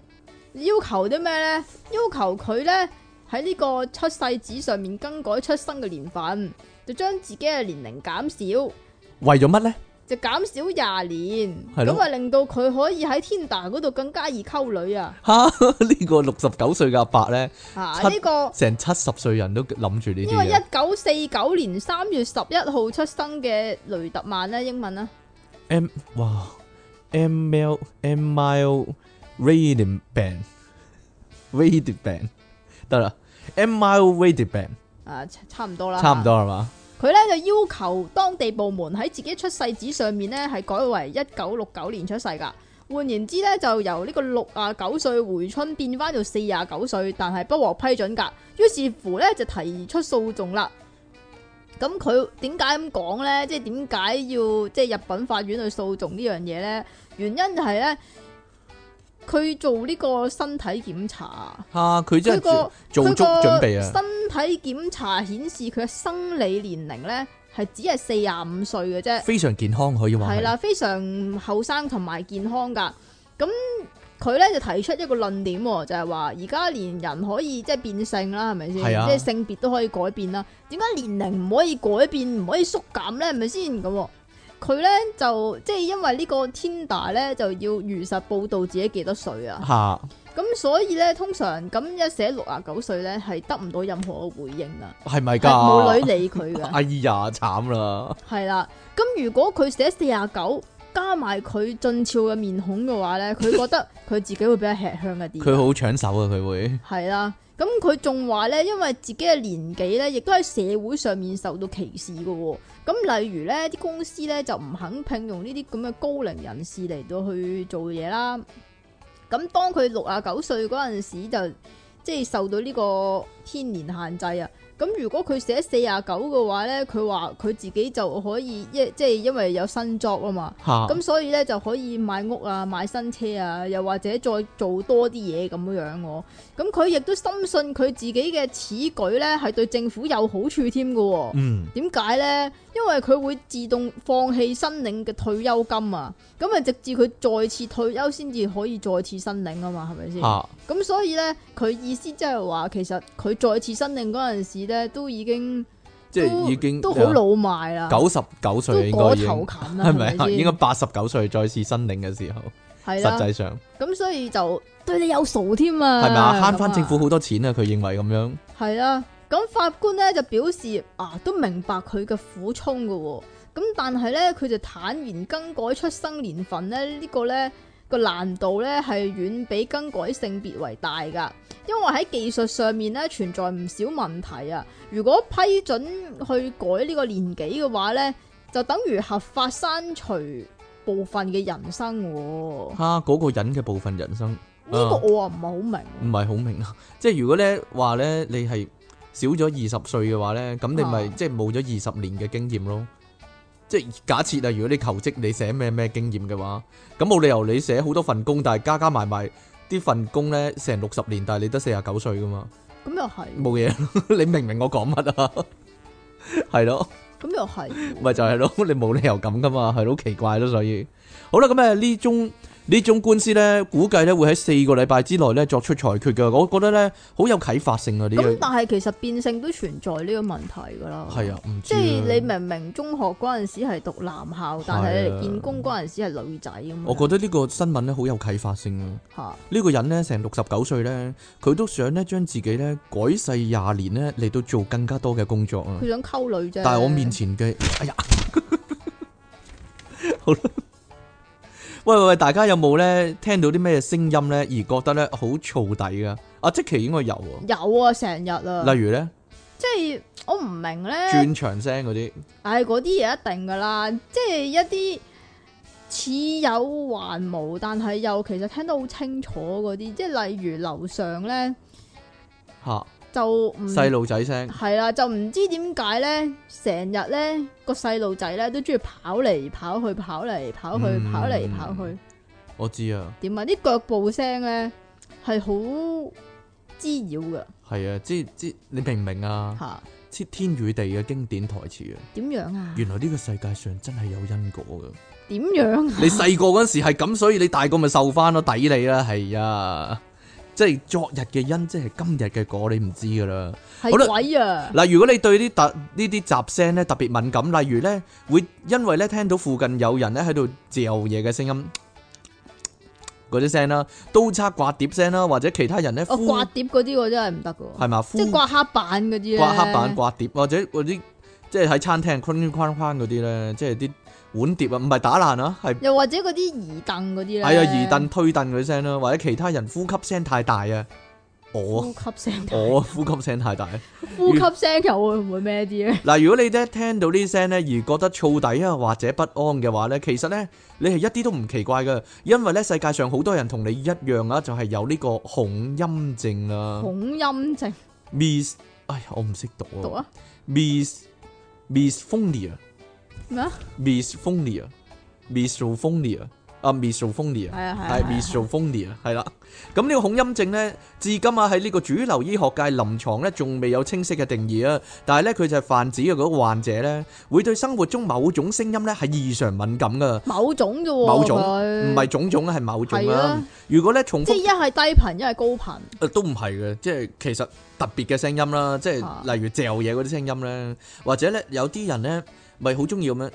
B: 要求啲咩咧？要求佢咧喺呢個出世紙上面更改出生嘅年份，就將自己嘅年齡減少，
A: 為咗乜 咧？
B: 就減少廿年，
A: 係咯
B: 咁啊令到佢可以喺天大嗰度更加易溝女啊！
A: 嚇呢個六十九歲嘅阿伯咧，
B: 啊，
A: 七啊
B: 呢個。
A: 成七十歲人都諗住呢
B: 呢
A: 啲
B: 個一
A: 嘢。
B: 九四九年三月十一號出生嘅雷特曼咧，英文啊，
A: M 哇，M L M L Raiden Band Raiden Band 得啦，M L Raiden Band
B: 啊差差唔多啦，
A: 差唔多係嘛？
B: 佢咧就要求當地部門喺自己出世紙上面咧係改為一九六九年出世噶。換言之咧，就由呢個六啊九歲回春變翻到四啊九歲，但係不獲批准噶。於是乎咧就提出訴訟啦。咁佢點解咁講咧？即係點解要即係入禀法院去訴訟呢樣嘢咧？原因就係咧，佢做呢個身體檢查。
A: 啊！佢真
B: 佢
A: 係
B: 個
A: 做做足準備啊！
B: 身體檢查顯示佢嘅生理年齡咧係只係四廿五歲嘅啫，
A: 非常健康可以話
B: 係啦，非常後生同埋健康噶。咁佢咧就提出一個論點喎，就係話而家連人可以即係變性啦，係咪先？
A: 係啊
B: 即係性別都可以改變啦，點解年齡唔可以改變，唔可以縮減咧？係咪先咁喎？佢咧就即係因為呢個 Tinder 咧就要如實報導自己幾多歲啊？
A: 嚇
B: 咁所以咧，通常咁一寫六啊九歲咧，係得唔到任何嘅回應啊，
A: 係咪
B: 係冇女
A: 㗎？
B: 理佢嘅，
A: 哎呀，慘啦！
B: 係啊啦。咁如果佢寫四啊九，加埋佢俊俏嘅面孔嘅話咧，佢覺得佢自己會比較吃香一啲，
A: 佢好搶手啊！佢會
B: 係啦。咁佢仲話咧，因為自己嘅年紀咧，亦都喺社會上面受到歧視嘅喎。咁例如咧，啲公司咧就唔肯聘用呢啲咁嘅高齡人士嚟到去做嘢啦。咁當佢六啊九歲嗰陣時就即係受到呢個天然限制啊。咁如果佢寫四廿九嘅話咧，佢話佢自己就可以一即係因為有新作啊嘛，
A: 吓
B: 咁所以咧就可以買屋啊、買新車啊，又或者再做多啲嘢咁樣樣喎。咁佢亦都深信佢自己嘅此舉咧係對政府有好處添嘅喎。
A: 嗯
B: 點解呢？因為佢會自動放棄申領嘅退休金啊，咁啊直至佢再次退休先至可以再次申領啊嘛，係咪先？
A: 吓
B: 咁所以呢，佢意思即係話，其實佢再次申領嗰陣時咧，都已經
A: 即係
B: 都
A: 已經
B: 都好老邁啦，
A: 九十九
B: 都
A: 歲應該
B: 過
A: 已經
B: 頭近啦，
A: 係咪啊？
B: 先
A: 應該八十九歲再次申領嘅時候，
B: 係
A: 實
B: 啦。
A: 際上
B: 咁所以就對你有數添啊，
A: 係咪啊？慳
B: 咁
A: 翻政府好多錢啊！佢認為咁樣
B: 係啦，咁法官咧就表示啊，都明白佢嘅苦衷嘅喎、咁但係咧佢就坦言更改出生年份咧呢、呢個咧個難度咧係遠比更改性別為大噶，因為喺技術上面咧存在唔少問題啊。如果批准去改呢個年紀嘅話咧，就等於合法刪除部分嘅人生喎、
A: 嚇嗰個人嘅部分人生
B: 呢、個我啊唔係好明喎。
A: 唔係好明啊！ 即係如果咧話咧，你係少咗二十歲嘅話咧，咁你咪
B: 啊
A: 即係冇咗二十年嘅經驗咯。即係假設啊，如果你求職你寫咩咩經驗嘅話，咁冇理由你寫好多份工，但係加加埋埋啲份工咧成六十年，但係你得四十九歲噶嘛，
B: 咁又係，
A: 冇嘢 咯。你明唔明我講乜啊？ 係咯。
B: 咁又係，
A: 咪就係咯， 你冇理由咁噶嘛，係咯，奇怪咯，所以好啦，咁誒呢宗呢宗官司咧，估計咧會喺四個禮拜之內咧作出裁決嘅，我覺得咧好有啟發性啊呢
B: 咁
A: 樣，
B: 但係其實變性都存在呢個問題㗎啦。
A: 係啊，唔知
B: 即
A: 啊
B: 係你明明中學嗰陣時係讀男校，但係你
A: 係啊
B: 嚟見工嗰陣時係女仔咁樣。
A: 我覺得呢個新聞咧好有啟發性啊！
B: 嚇
A: 呢個人咧成六十九歲咧，佢都想咧將自己咧改世廿年咧嚟到做更加多嘅工作啊！
B: 佢想溝女啫。
A: 但係我面前嘅，哎呀， 好啦，喂喂喂，大家有冇咧聽到啲咩聲音咧，而覺得咧好燥底噶？阿即奇應該有喎，
B: 有啊，成日啊。
A: 例如咧
B: 即係我唔明咧，
A: 轉場聲嗰啲，
B: 唉，嗰啲嘢一定㗎啦，即係一啲。似有還無，但係又其實聽得好清楚嗰啲，即係例如樓上咧
A: 吓
B: 就唔
A: 細路仔聲，
B: 係啦，就唔知點解咧，成日咧個細路仔咧都中意跑嚟跑去，跑嚟跑去，
A: 嗯
B: 跑嚟跑去。
A: 我知啊，
B: 點啊？啲腳步聲咧係好滋擾噶
A: 係啊，知知你明唔明啊？
B: 吓，
A: 切天與地嘅經典台詞啊！
B: 點樣啊？
A: 原來呢個世界上真係有因果噶。
B: 點樣啊？
A: 你細個嗰陣時係咁，所以你大個咪受翻咯，抵你啦，係啊！即係昨日嘅因，即係今日嘅果，你唔知噶啦。好啦
B: 係鬼啊！
A: 嗱，如果你對呢特呢啲雜聲咧特別敏感，例如咧會因為咧聽到附近有人咧喺度嚼嘢嘅聲音，嗰啲聲啦，刀叉刮碟聲啦，或者其他人咧
B: 我
A: 呼
B: 哦刮碟嗰啲我真係唔得噶喎，
A: 係嘛，
B: 即
A: 呼
B: 係刮黑板嗰啲咧。
A: 刮黑板、刮碟，或者嗰啲即係喺餐廳哐哐哐嗰啲咧，即係啲碗碟啊，唔係打爛啊，係
B: 又或者嗰啲移凳嗰啲咧。
A: 係啊移凳推凳嗰啲聲啦，或者其他人呼吸聲太大啊，我
B: 呼吸聲，
A: 我呼吸聲太大。啊
B: 呼吸聲又會唔會咩啲咧？
A: 嗱，如果你咧聽到呢啲聲咧而覺得燥底啊或者不安嘅話咧，其實咧你係一啲都唔奇怪嘅，因為咧世界上好多人同你一樣啊，就係有呢個恐音症啊
B: 恐音症
A: ，mis，哎呀我唔識讀
B: 讀
A: 啊
B: 啊
A: ，mis misophonia，misophonia，misophonia
B: 咩啊？
A: 啊，misophonia
B: 係。啊係啊
A: 係
B: 係啊
A: misophonia 係啦，咁呢個恐音症呢，至今啊喺呢個主流醫學界臨床呢，仲未有清晰嘅定義啊。但係呢，佢就係泛指嘅嗰個患者呢，會對生活中某種聲音呢係異常敏感噶，
B: 某種啫喎，
A: 某種
B: 佢
A: 唔係種種啊，係某種
B: 哦係
A: 啊
B: 啊。
A: 如果呢重
B: 即係
A: 複
B: 一係低頻，一係高頻。
A: 呃都唔係嘅，即係其實特別嘅聲音啦，即
B: 啊
A: 係例如嚼嘢嗰啲聲音呢，或者呢，有啲人呢咪好中意咁樣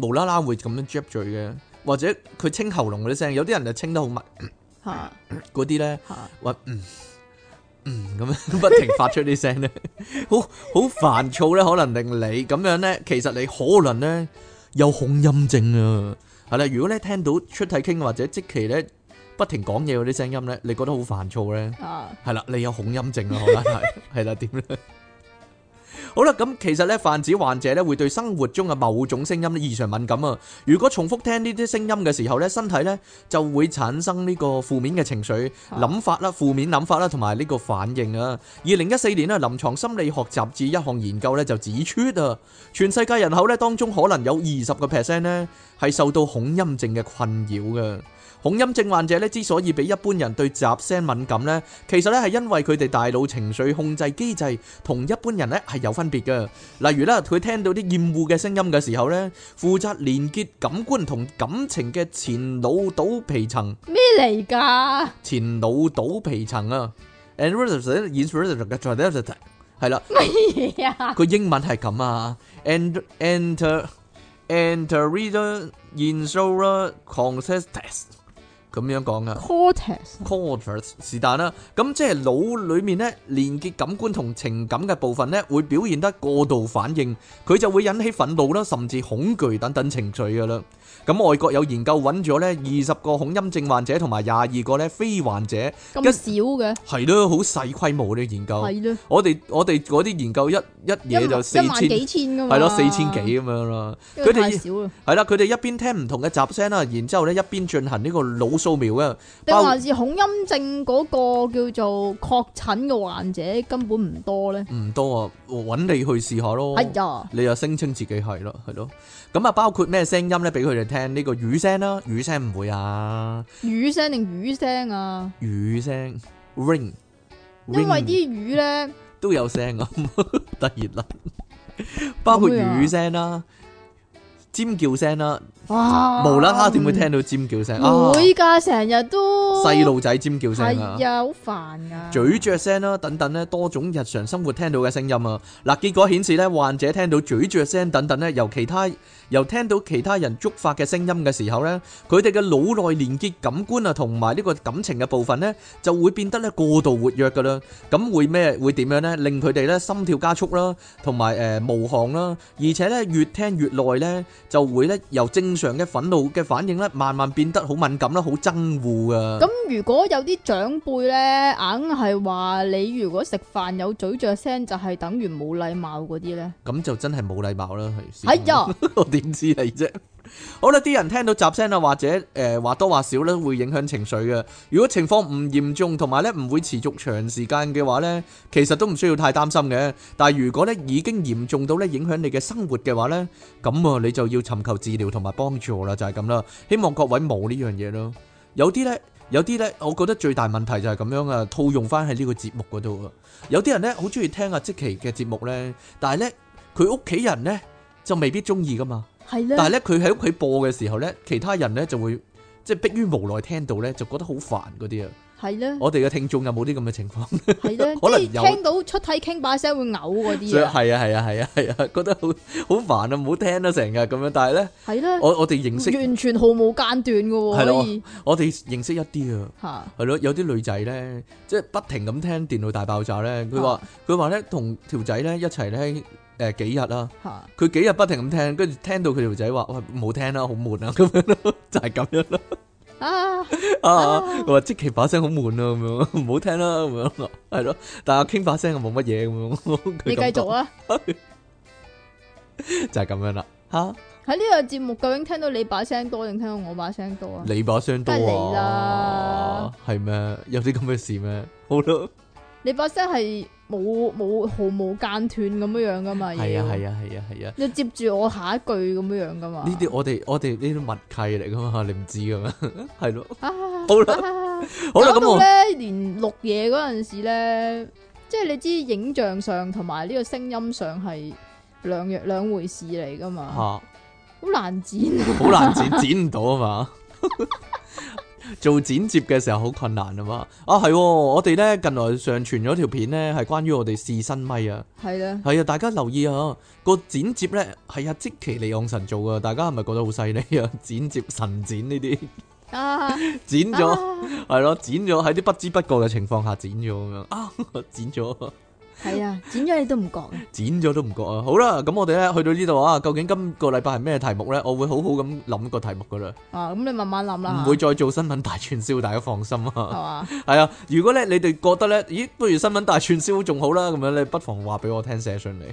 A: 無啦啦會咁樣嚼嘴嘅，或者佢清喉嚨嗰啲聲，有啲人就清得好密
B: 吓
A: 嗰啲呢。
B: 吓，
A: 喂，嗯嗯咁樣 不停發出啲聲咧， 好好煩躁咧，可能令你咁樣咧，其實你可能咧有恐音症啊，係啦，如果咧聽到出體傾或者即期咧不停講嘢嗰啲聲音咧，你覺得好煩躁咧，
B: 啊
A: 係啦，你有恐音症啊，可能係係啦，點咧？好啦，咁其實咧，泛指患者咧會對生活中嘅某種聲音咧異常敏感啊。如果重複聽呢啲聲音嘅時候咧，身體咧就會產生呢個負面嘅情緒、
B: 啊
A: 諗法啦、負面諗法啦，同埋呢個反應啊。二零一四年啊，臨床心理學雜誌一項研究咧就指出啊，全世界人口咧當中可能有二十個 percent 咧係受到恐音症嘅困擾嘅。恐音症患者咧之所以比一般人對雜聲敏感咧，其實咧係因為佢哋大腦情緒控制機制同一般人咧係有分別嘅。例如咧，佢聽到啲厭惡嘅聲音嘅時候咧，負責連結感官同感情嘅前腦島皮層。
B: 咩嚟噶？
A: 前腦島皮層啊 a n 係啦，
B: 乜嘢啊？
A: 個英文係咁啊 a n enter enterider insular consistus 咁樣講啊
B: cortex
A: cortex 是但啦，咁即係腦裏面咧連結感官同情感嘅部分咧，會表現得過度反應，佢就會引起憤怒啦，甚至恐懼等等情緒噶啦。咁外國有研究揾咗咧二十個恐音症患者同埋廿二個咧非患者，
B: 咁
A: 一
B: 少嘅
A: 係咯，好細規模嘅研究。
B: 係咯，
A: 我哋我哋嗰啲研究一一
B: 一萬
A: 嘢就四
B: 一萬
A: 千，
B: 幾啊千噶嘛，
A: 係咯四千幾咁樣啦。
B: 因為
A: 佢哋
B: 太少啦。
A: 係啦，佢哋一邊聽唔同嘅雜聲啦，然之後咧一邊進行呢個腦掃描啊。
B: 定
A: 包
B: 還是恐音症嗰個叫做確診嘅患者根本唔多咧？
A: 唔多啊，揾你去試下咯。
B: 哎呀，
A: 你又聲稱自己係咯，係咯。咁啊，包括咩聲音咧？俾佢哋聽呢個雨聲啦，雨聲唔會啊，
B: 雨聲定魚聲啊？
A: 雨聲 ring，
B: 因為
A: ring
B: 啲魚咧
A: 都有聲啊， 突然啦，包括
B: 啊
A: 雨聲啦、尖叫聲啦，
B: 哇，
A: 無啦啦點會聽到尖叫聲啊？
B: 啊嗯會噶，成日都
A: 細路仔尖叫聲啊
B: 係！啊，好煩噶。
A: 咀嚼聲啦，等等咧，多種日常生活聽到嘅聲音啊。嗱，結果顯示咧，患者聽到咀嚼聲等等咧，由其他由聽到其他人觸發嘅聲音嘅時候咧，佢哋嘅腦內連結感官啊，同埋呢個感情嘅部分咧，就會變得咧過度活躍噶啦。咁會咩？會點樣咧？令佢哋咧心跳加速啦，同埋誒冒汗啦，而且咧越聽越耐咧，就會咧由正常嘅憤怒嘅反應咧，慢慢變得好敏感啦，好憎惡噶。
B: 咁如果有啲長輩咧，硬係話你如果食飯有咀嚼聲，就係等於冇禮貌嗰啲咧。
A: 咁就真係冇禮貌啦，係。
B: 哎呀，
A: 我點知你啫？好啦，啲人聽到雜聲啊，或者誒、呃、或多或少咧會影響情緒嘅。如果情況唔嚴重，同埋咧唔會持續長時間嘅話咧，其實都唔需要太擔心嘅。但係如果咧已經嚴重到咧影響你嘅生活嘅話咧，咁啊你就要尋求治療同埋幫助啦，就係咁啦。希望各位冇呢樣嘢咯。有啲咧，有啲咧，我覺得最大問題就係咁樣啊，套用翻喺呢個節目嗰度啊。有啲人咧好中意聽阿即奇嘅節目咧，但係咧佢屋企人咧就未必中意噶嘛。
B: 係
A: 但係
B: 咧，
A: 咧，佢喺屋企播嘅時候咧，其他人咧就會即係迫於無奈聽到咧，就覺得好煩嗰啲啊！
B: 係咧，
A: 我哋嘅聽眾有冇啲咁嘅情況？
B: 係咧，
A: 可能
B: 即
A: 有
B: 係聽到出體傾把聲會嘔嗰
A: 所以
B: 啲啊，
A: 係啊係啊係啊係啊，覺得好好煩啊，唔好聽啦成日咁樣。但係咧，
B: 係咧，
A: 我我哋認識
B: 完全毫無間斷嘅
A: 係
B: 喎，
A: 咯
B: 可以
A: 我哋認識一啲啊。
B: 嚇
A: 係咯，有啲女仔咧，即係不停咁聽《電腦大爆炸》咧。佢話
B: 啊
A: 佢話咧，同條仔咧一齊咧誒幾日啦，
B: 嚇，
A: 佢幾日不停咁聽，跟住聽到佢條仔話：喂，唔好聽啦，好悶啊，咁樣咯， 就係咁樣咯。
B: 啊，
A: 啊！
B: 啊
A: 佢話即其把聲好悶啊，咁樣 唔好聽啦，咁樣係咯。但係阿傾把聲又冇乜嘢咁樣，佢
B: 你繼
A: 咁
B: 續啊！
A: 講就係咁樣啦。吓，
B: 喺呢個節目究竟聽到你把聲多定聽到我把聲多啊？
A: 你把聲多
B: 梗係
A: 啊
B: 你啦，
A: 係咩？有啲咁嘅事咩？好咯，
B: 你把聲係冇冇毫無間斷咁樣樣噶嘛？
A: 係啊，係
B: 啊，
A: 啊，係啊，係啊。
B: 要接住我下一句咁樣樣噶嘛？
A: 呢啲我哋我哋呢啲默契嚟噶嘛， 你唔知噶咩？係咯，
B: 啊，
A: 好啦
B: 啊
A: 好啦，
B: 搞
A: 咁
B: 到
A: 我
B: 咧，連錄嘢嗰陣時咧，即係你知影像上同埋呢個聲音上係兩樣兩回事嚟噶
A: 吓
B: 嘛，
A: 好
B: 好難剪啊！
A: 難剪，剪唔到啊嘛。 做剪接嘅時候好困難啊嘛。啊係喎，我哋咧近來上傳咗條片咧，係關於我哋試新咪啊。
B: 係 啦，
A: 係啊，大家留意啊，個剪接咧係啊，即其利昂神做噶，大家係咪覺得好犀利啊？剪接神剪呢啲，
B: 啊，
A: 剪咗
B: 啊
A: 係咯，剪咗喺啲不知不覺嘅情況下剪咗咁樣啊， 剪咗
B: 係啊，剪咗你都唔覺啊！
A: 剪咗都唔覺啊！好啦，咁我哋咧去到呢度啊，究竟今個禮拜係咩題目咧？我會好好咁諗個題目噶啦，
B: 啊，咁你慢慢諗
A: 唔
B: 啦，
A: 會再做新聞大串燒，大家放心
B: 係
A: 啊！
B: 嘛？
A: 係啊，如果咧你哋覺得咧，咦，不如新聞大串燒仲好啦，咁樣你不妨話俾我聽，寫信嚟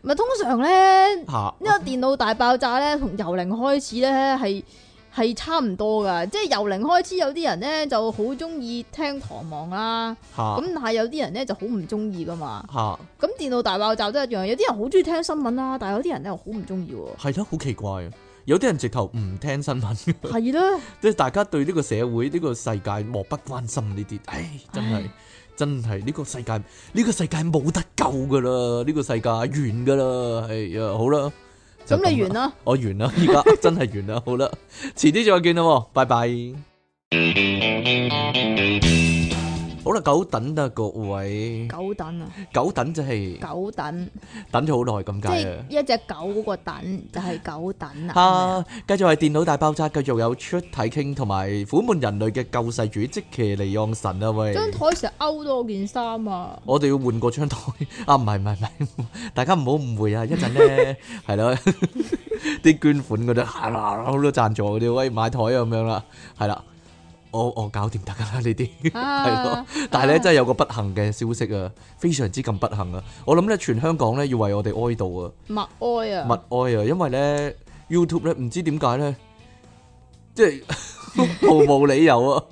B: 咪通常咧呢
A: 吓
B: 個電腦大爆炸咧，同由零開始咧係係差唔多噶，即係由零開始有啲人咧就好中意聽唐望啦，
A: 吓
B: 咁但係有啲人咧就好唔中意噶嘛。
A: 吓，
B: 咁電腦大爆炸都一樣，有啲人好中意聽新聞啦，但係有啲人咧好唔中意 喎。
A: 係咯，好奇怪啊！有啲人直頭唔聽新聞，
B: 係啦，
A: 即係大家對呢個社會、呢個世界漠不關心呢啲，唉，真係
B: 唉
A: 真係呢個世界，呢個世界冇得救噶啦，呢個世界完噶啦，係啊，好啦，就
B: 咁你
A: 咁啊
B: 完啦。
A: 我完啦， 依家真係完啦，好啦，遲啲再見啦喎，拜拜。好啦，久等啦，各位，
B: 狗等 啊，
A: 久等就係
B: 狗等，
A: 等咗好耐咁解
B: 即
A: 啊
B: 係。一隻狗嗰個等就係狗等啊。
A: 啊，繼續係電腦大爆炸，繼續有出體傾同埋苦悶人類嘅救世主即騎尼昂神啊喂！
B: 張台成日勾到我件衫啊！
A: 我哋要換個張台啊，唔係唔係唔係，大家唔好誤會啊！一陣咧係咯，啲捐款嗰啲啦啦好多贊助嗰啲，喂買台啊咁樣啦，係啦，我我搞掂得㗎啦呢啲。係咯
B: 啊，
A: 但係咧，真係有個不幸嘅消息啊，非常之咁不幸啊！我諗咧，全香港咧要為我哋哀悼啊！
B: 默哀啊，
A: 默哀啊，因為咧 YouTube 咧唔知點解咧，即係 毫無理由啊，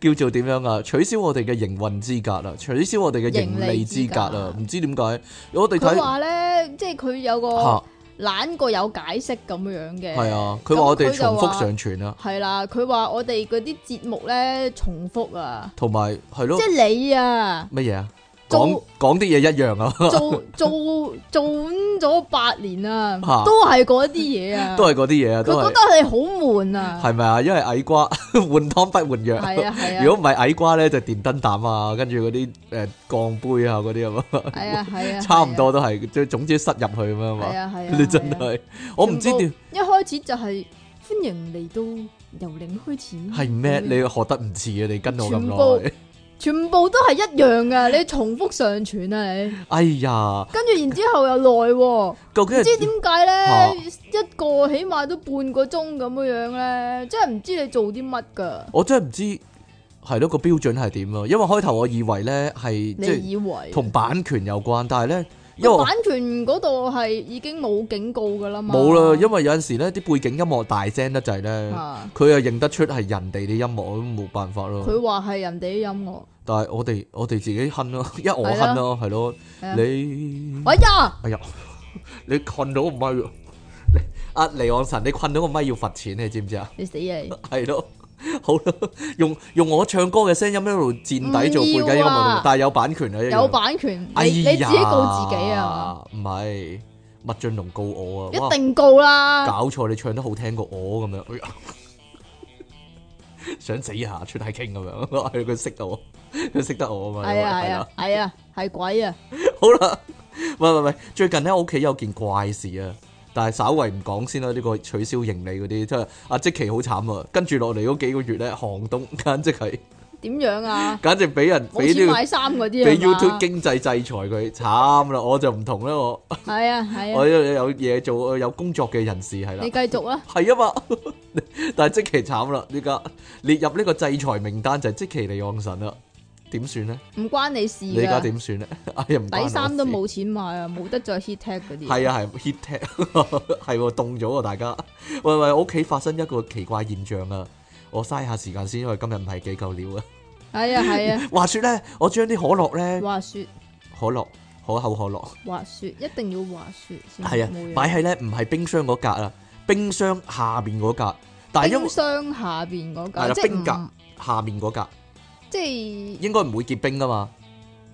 A: 叫做點樣啊？取消我哋嘅營運資格啊，取消我哋嘅盈利資格
B: 盈利資
A: 啊！
B: 格
A: 唔知點解，我哋
B: 佢
A: 睇
B: 話咧，即係佢有個
A: 吓
B: 懶過有解釋咁樣嘅。
A: 係啊，佢話我哋
B: 咁佢就
A: 重
B: 話
A: 複上傳啊，
B: 係啦，佢話我哋嗰啲節目咧重複啊，
A: 同埋係
B: 即
A: 咯
B: 係你啊，
A: 乜嘢啊？
B: 做
A: 講講啲嘢一樣啊，
B: 做做做咗八年啊
A: 嚇，
B: 都係嗰啲嘢 啊，
A: 都係嗰啲嘢啊，
B: 佢
A: 都
B: 覺
A: 係
B: 得你好悶啊，
A: 係咪啊？因為矮瓜 換湯不換藥。
B: 係啊係 啊，
A: 如果唔係矮瓜咧，就電燈膽啊，跟住嗰啲誒鋼杯啊嗰啲啊嘛。
B: 係啊係 啊，
A: 差唔多都係，即係總之塞入去咁樣
B: 係
A: 嘛。
B: 啊係啊，
A: 你真
B: 係啊，
A: 係，我唔知點
B: 一開始就係歡迎嚟到由零開始，
A: 係咩，
B: 咁樣
A: 你學得唔似啊！你跟我咁
B: 全
A: 耐，
B: 全部都係一 樣嘅，你重複上傳啊你，
A: 哎呀，
B: 跟住然之後又耐喎。
A: 究竟
B: 唔知
A: 係
B: 點解咧，一個起碼都半個鐘咁樣樣咧，真係唔知你做啲乜噶。
A: 我真係唔知係咯個標準係點啊？因為開頭我以為咧係
B: 你
A: 即係
B: 以為
A: 同版權有關，但係咧因為
B: 個
A: 我
B: 版權嗰度係已經冇警告噶啦嘛？
A: 冇啦，因為有陣時咧啲背景音樂大聲得滯咧，
B: 啊
A: 佢又認得出係人哋啲音樂，咁冇辦法咯。
B: 佢話係人哋啲音樂。
A: 但係我哋我哋自己哼咯，一我哼咯，係咯，
B: 係啊
A: 你。
B: 哎呀，
A: 哎呀， 你困到個咪喎！ 你阿尼昂神，你困到個咪要罰錢，你知唔知 啊？
B: 你死你！
A: 係咯，好啦，用用我唱歌嘅聲音一路墊底做背景音
B: 唔要
A: 樂
B: 啊，
A: 但係有版權啊，一樣
B: 有版權，
A: 哎
B: 你你
A: 呀
B: 自己告自己啊！？
A: 唔係，麥浚龍告我啊！
B: 一
A: 哇
B: 定告啦！
A: 搞啊錯，你唱得好聽過我咁樣，哎呀 想死下出太傾咁樣， 係佢識我，佢識得我啊嘛，
B: 係啊係
A: 啦
B: 啊。係啊係鬼啊！
A: 好啦， 喂喂喂，最近咧我屋企有件怪事啊，但係稍為唔講先啦，呢、個取消盈利嗰啲，即係阿即奇好慘啊，跟住落嚟嗰幾個月咧，寒冬簡直係，
B: 點樣啊？
A: 簡直俾人俾
B: 冇錢
A: 呢、
B: 買衫嗰
A: 個
B: 啲啊
A: 俾
B: 係嘛
A: YouTube 經濟制裁佢，慘啦，我就唔同啦，我
B: 係啊係
A: 我
B: 啊！
A: 有有嘢做，我有工作嘅人士係啦
B: 你。繼續啊！
A: 係啊嘛， 但係即期慘啦，呢家列入呢個制裁名單就係即期利昂神啦，點算咧？
B: 唔關你事
A: 你而家
B: 噶。
A: 點算咧？ 哎呀，唔關我
B: 底衫啊都
A: 事
B: 冇錢買啊，冇得再 heat tag 嗰啲。
A: 係啊係 heat tech 係喎凍咗啊大家。喂喂，我屋企發生一個奇怪現象啊！我嘥下時間先，因為今日唔係幾夠料啊。
B: 係啊係啊，
A: 話說咧，我將啲可樂咧，
B: 滑雪
A: 可樂可口可樂
B: 滑雪一定要滑雪 先
A: 係啊
B: 嗯冇，嘢
A: 擺喺咧唔係冰箱嗰格啊，冰箱下面嗰格，但係因
B: 冰
A: 為
B: 箱下邊嗰
A: 係啦
B: 嚿，即
A: 冰格
B: 係唔
A: 下面嗰格
B: 即係
A: 應該唔會結冰噶嘛。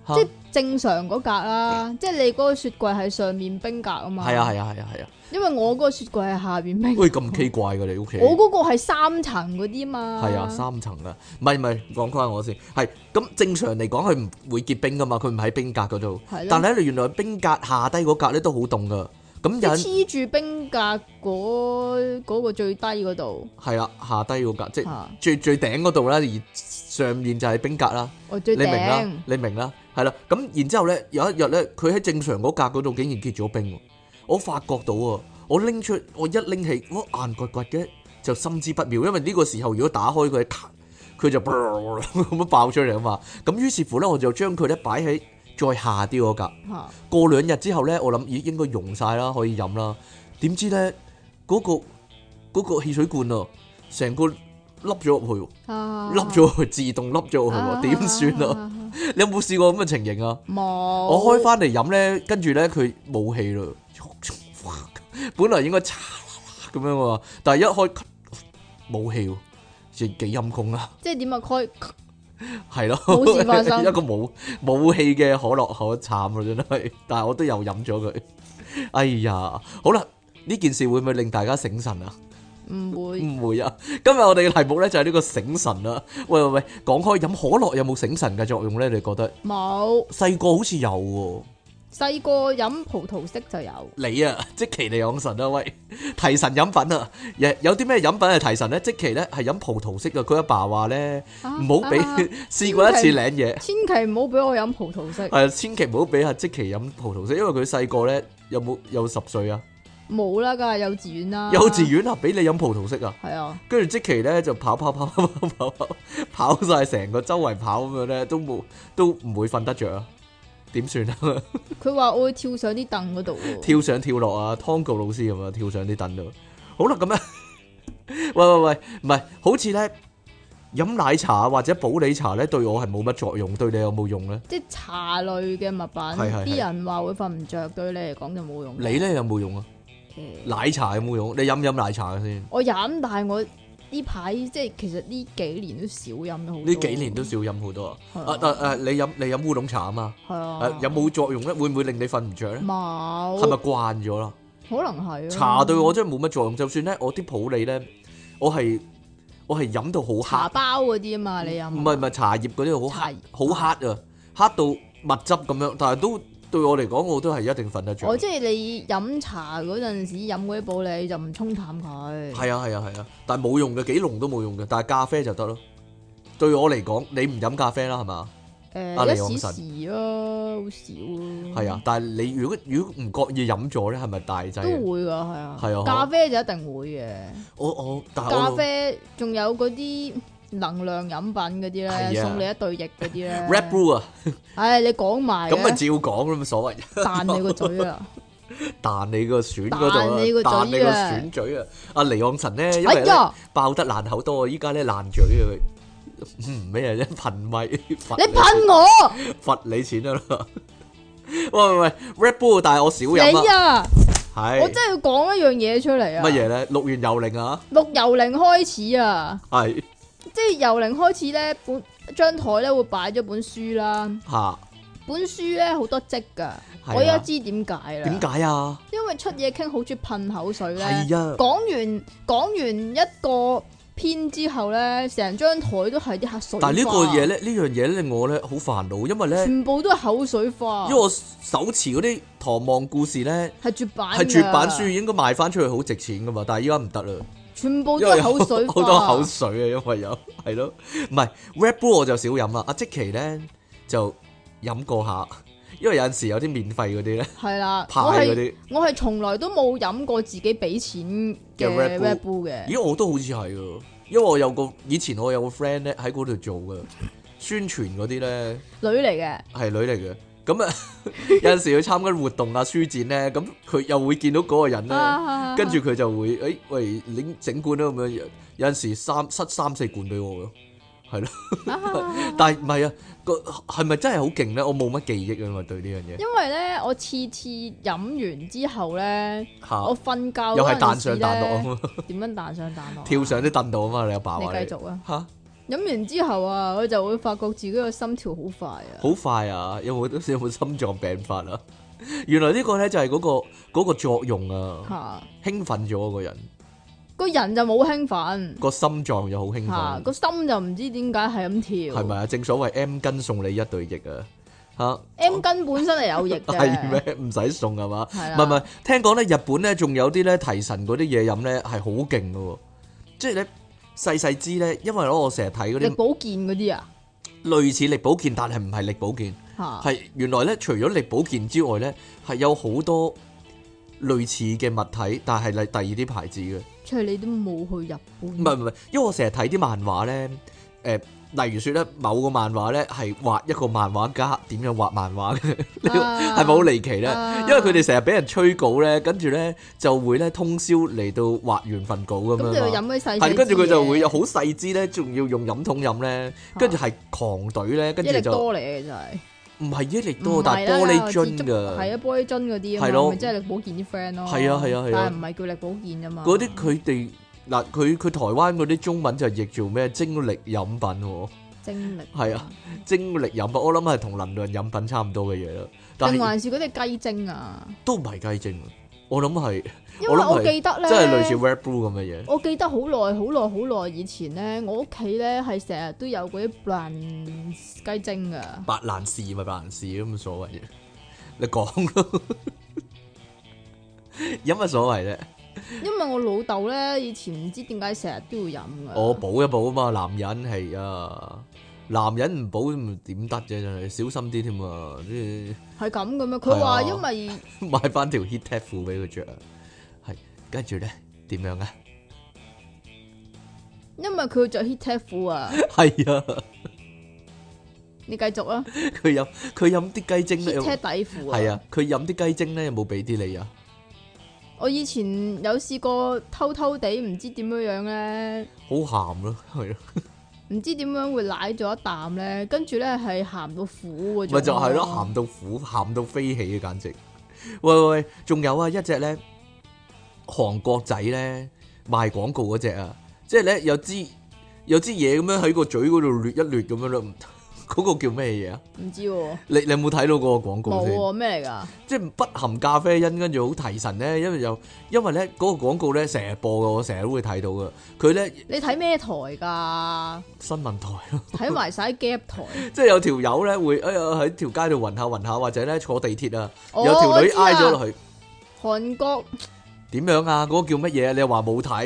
A: 嚇
B: 即係正常嗰格啦，即係你嗰個雪櫃係上面冰格啊嘛。
A: 係啊係啊係啊係啊，
B: 因為我嗰個雪櫃係下邊冰格，
A: 喂咁奇怪嘅你屋企。
B: 嗯我嗰個係三層嗰啲嘛。
A: 係啊，三層啊，唔係唔係，講翻我先，係咁正常嚟講，佢唔會結冰噶嘛，佢唔喺冰格嗰度，
B: 係
A: 但
B: 咯，
A: 係咧，原來冰格下低嗰格咧都好凍噶，咁有人
B: 即係黐住冰格嗰嗰個最低嗰度
A: 係啦，下低嗰格即係
B: 嚇，
A: 最最頂嗰度啦，而上面就係冰格啦，
B: 我
A: 你
B: 最
A: 明啦
B: 頂，
A: 你明啦，係啦，咁然之後咧，有一日咧，佢喺正常嗰格嗰度竟然結咗冰喎，我發覺到啊，我拎出我一拎起，我硬掘掘嘅就心知不妙，因為呢個時候如果打開佢 咔佢就咁樣爆出嚟啊嘛，咁於是乎咧我就將佢咧擺喺再下啲嗰格。
B: 吓
A: 過兩日之後咧，我諗咦應該溶晒啦，可以飲啦。點知咧嗰、個嗰個汽水罐啊，成個凹咗入去喎，
B: 啊，
A: 凹咗入去，自動凹咗入去喎，
B: 啊
A: 點算啊？？你有冇試過咁嘅情形啊？
B: 冇，
A: 我
B: 我
A: 開翻嚟飲咧，跟住咧佢冇氣啦， 本來應該嚓咁樣喎，但係一開冇氣喎，亦幾陰功啊！
B: 即係點啊？開
A: 係咯，
B: 冇事發 生
A: 一個冇冇氣嘅可樂可慘啊，真係！但係我都又飲咗佢。哎呀，好啦，呢件事會唔會令大家醒神啊？
B: 唔會
A: 唔會啊！今日我哋嘅題目咧就係呢個醒神啦。喂喂喂，講開飲可樂有冇醒神嘅作用咧？你覺得
B: 冇，
A: 細個好似有喎。
B: 細個飲葡萄汁就有
A: 你啊， 即其嚟養神啊，喂，提神飲品啊，有有啲咩飲品係提神咧？即其咧係飲葡萄式嘅，佢阿爸話咧
B: 啊，
A: 唔好俾
B: 啊
A: 試過一次領嘢，
B: 千祈唔好俾我飲葡萄汁，
A: 係千祈唔好俾阿即其飲葡萄式，因為佢細個咧有冇有十歲啊，
B: 冇啦，梗係幼稚園啦，
A: 幼稚園啊俾你飲葡萄式啊，
B: 係啊，
A: 跟住即其咧就跑跑 跑跑跑跑跑晒成個周圍跑咁樣咧，都冇都唔會瞓得着啊，點算啊？
B: 佢話我會跳上啲凳嗰度喎，
A: 跳上跳落啊，Tongo 老師咁啊，跳上啲凳度。好啦，咁啊， 喂喂喂，唔係，好似咧飲奶茶或者保理茶咧，對我係冇乜作用，對你有冇用咧？
B: 即係茶類嘅物
A: 係係
B: 品，啲人話會瞓唔着，對你嚟講就冇用。
A: 你咧有冇用啊？
B: 誒
A: 奶茶有冇用？你飲唔飲奶茶先？
B: 我飲，但係我呢排即係其實呢幾年都少飲咗好多。
A: 呢幾年都少飲好多啊！啊
B: 係
A: 啊
B: 啊
A: 啊！你飲你飲烏龍茶啊嘛？
B: 係啊
A: 誒，有冇作用咧？會唔會令你瞓唔着咧？係咪
B: 冇？
A: 慣咗啦？
B: 可能係啊
A: 茶對我真係冇乜作用，就算咧我啲普洱咧，我係我係飲到好
B: 茶
A: 黑。
B: 包嗰啲啊嘛，你飲
A: 唔係唔係茶葉嗰啲好黑
B: 茶
A: 好黑啊，黑到墨汁咁樣，但係都對我嚟講，我都係一定瞓得着。
B: 我哦即係你飲茶嗰陣時飲嗰啲保你就唔沖淡佢。
A: 係啊係啊係啊，但係冇用嘅，幾濃都冇用嘅，但係咖啡就得咯。對我嚟講，你唔飲咖啡啦，係嘛？阿李
B: 誒
A: 昂
B: 呃
A: 臣
B: 一時時咯，好少咯。
A: 係啊，但係你如果如果唔覺意飲咗咧，係咪大劑
B: 都
A: 啊？
B: 會㗎，係啊。
A: 係啊
B: 咖啡就一定會嘅。
A: 我我但係
B: 咖
A: 我
B: 啡仲有嗰啲能量飲品嗰啲
A: 係
B: 咧，
A: 啊
B: 送你一對翼嗰啲咧。
A: Red Bull 啊，
B: 唉，你講埋
A: 咁咪
B: 嘅
A: 照講啦，冇所謂。
B: 彈你個嘴啊！
A: 彈你個選嗰度啊
B: 彈你個，嘴啊
A: 彈你個選嘴啊！阿黎昂臣咧， 因為
B: 哎
A: 咧
B: 呀，
A: 爆得爛口多，依家咧爛嘴啊佢，嗯咩啊，一噴咪
B: 你
A: 你
B: 噴我，
A: 罰你錢啊 啦！喂喂喂，Red Bull，但係我少
B: 你
A: 飲啊，
B: 啊！
A: 係
B: 我真係要講一樣嘢出嚟啊！
A: 乜？嘢咧？六完又零啊，
B: 六由零開始啊，
A: 係
B: 即係由零開始咧，本張台咧會擺咗本書啦，
A: 吓，
B: 本書咧好多積噶，我
A: 係
B: 而家
A: 啊，
B: 知點解啦。
A: 點？解啊？
B: 因為出嘢傾好中意噴口水咧。
A: 係啊，
B: 講完講完一個篇之後咧，成張台都係啲黑水花。
A: 但係呢個嘢咧，呢樣嘢令我咧好煩惱，因為咧，
B: 全部都係口水花，
A: 因為我手持嗰啲《唐望故事》咧
B: 係絕版，
A: 係絕版書，，應該賣翻出去好值錢噶嘛，但係依家唔得啦。
B: 全部
A: 因
B: 都
A: 為有
B: 係 口水花，
A: 好多口水啊，因為有係咯，唔係 Red Bull 我就少飲啦，阿即奇咧就飲過下，因為有陣時有啲免費嗰啲咧
B: 係啦，
A: 派
B: 我
A: 嗰
B: 係
A: 啲，
B: 我係從來都冇飲過自己俾錢
A: 嘅
B: 嘅
A: Red Bull
B: Red Bull 嘅，
A: 咦我都好似係喎，因為我有個以前我有個 friend 咧喺嗰度做嘅宣傳嗰啲咧
B: 女嚟嘅，
A: 係女嚟嘅，咁啊 有陣時去參加活動啊書展咧，咁佢又會見到嗰個人咧。
B: 啊
A: 跟住佢就會，誒、哎喂，拎整罐啦咁樣，有有陣時三塞三四罐俾我咯，係咯。
B: 啊
A: 但係唔係啊？個係咪真係好勁咧？我冇乜記憶啊嘛，對呢樣嘢
B: 因為咧，我次次飲完之後咧，
A: 嚇，
B: 我瞓覺
A: 啊又係
B: 嗰陣
A: 彈
B: 時
A: 上
B: 咧
A: 彈落啊 嘛，
B: 點樣彈上彈落啊？
A: 跳上啲凳度啊嘛，你阿爸話
B: 你
A: 你
B: 繼續啊！
A: 嚇
B: 飲完之後啊，我就會發覺自己個心跳好快啊！
A: 好快啊！有冇有冇心臟病發啊？ 原來呢個咧就係嗰個嗰個作用啊，
B: 嚇
A: 興奮咗個人，
B: 個人就冇興奮
A: 個心臟又好興
B: 嚇，
A: 奮。
B: 個心就唔知點解係咁跳。
A: 係咪啊？正所謂 M 巾送你一對翼啊！嚇
B: M 根本身係有翼嘅，
A: 係？咩？唔使送係嘛？
B: 係啊
A: 唔
B: 啦，
A: 係唔係，聽講咧日本咧仲有啲咧提神嗰啲嘢飲咧係好勁嘅喎，即係咧細細支咧，因為咧我成日睇嗰
B: 力
A: 啲
B: 保健嗰啲啊
A: 類似力保健，但係唔係力保健，
B: 嚇，
A: 係原來咧除咗力保健之外咧，係有好多類似嘅物體，但係係第二啲牌子嘅，
B: 即係你都冇去日本，
A: 唔係唔係，因為我成日睇啲漫畫咧，誒、例如說咧，某個漫畫咧係畫一個漫畫家點樣畫漫畫嘅，
B: 啊
A: 係咪好離奇咧？因為佢哋成日俾人催稿咧，跟住咧就會咧通宵嚟到畫完份稿咁
B: 咁就要
A: 樣嘛。
B: 飲啲細
A: 係，跟住佢就會有
B: 有
A: 好細支咧，仲要用飲筒飲咧，跟住係狂隊咧，跟
B: 益
A: 住
B: 啊力
A: 就
B: 多嚟嘅，其實係
A: 唔係益力多，但係玻璃樽㗎。
B: 係啊，玻璃樽嗰啲
A: 係
B: 啊
A: 咯
B: 嘛，咪即係力保健啲 friend 咯。
A: 係啊係啊係啊
B: 但係唔係叫力保健啊嘛。
A: 嗰啲佢哋嗱，佢佢台灣嗰啲中文就譯做咩精力飲品喎，
B: 精力
A: 係啊，精力飲品，我諗係同能量飲品差唔多嘅嘢啦，但
B: 定
A: 係
B: 還是嗰啲雞精啊？
A: 都唔係雞精，我諗係
B: 因為
A: 我諗係
B: 我記得咧，
A: 真係類似 Red Bull 咁嘅嘢，
B: 我記得好耐好耐好耐以前咧，我屋企咧係成日都有嗰啲 brand 雞精噶，
A: 白蘭氏咪白蘭氏咁冇所謂 嘅，你講咯， 有乜所謂
B: 啊
A: 啫？
B: 因為我老豆咧以前唔知點解成日都要飲噶。
A: 我補一補啊嘛，男人係啊，男人唔補唔點得啫，真係小心啲添啊！ 啲
B: 係咁嘅咩？
A: 係啊
B: 佢話因為
A: 買翻條 heat tech 褲俾佢着啊，係跟住咧點樣啊？
B: 因為佢要着 heat tech 褲啊，
A: 係啊，
B: 你繼續啊
A: 佢飲佢飲啲雞精咧有，
B: ，heat tech 底褲啊。
A: 係啊，佢飲啲雞精咧有冇俾啲你啊？
B: 我以前有試過偷偷地唔知點樣樣咧，
A: 好鹹咯，係咯，
B: 唔知點樣會舐咗一啖咧，跟住咧係鹹到苦嗰種。
A: 咪就係咯，鹹到苦，鹹到飛起啊，簡直！喂喂喂，仲有啊，一隻咧韓國仔咧賣廣告嗰只啊，即係咧有支有支嘢咁樣喺個嘴嗰度掠一掠咁樣咯， 唔嗰個叫咩嘢啊？
B: 唔知喎，
A: 你你有冇睇到嗰個廣告
B: 冇啊
A: 先？
B: 喎咩嚟㗎？
A: 即係不含咖啡因，跟住好提神咧，因為有因為咧嗰、個廣告咧成日播嘅，我成日都會睇到嘅。佢咧
B: 你睇咩台㗎？
A: 新聞台咯，
B: 睇埋晒 gap 台，
A: 即係有條友咧會哎呀喺條街度暈下暈下，或者咧坐地鐵啊，
B: 哦
A: 有條女挨咗
B: 我知啊
A: 落去，
B: 韓國
A: 點樣啊？嗰、個叫乜嘢？你又話冇睇，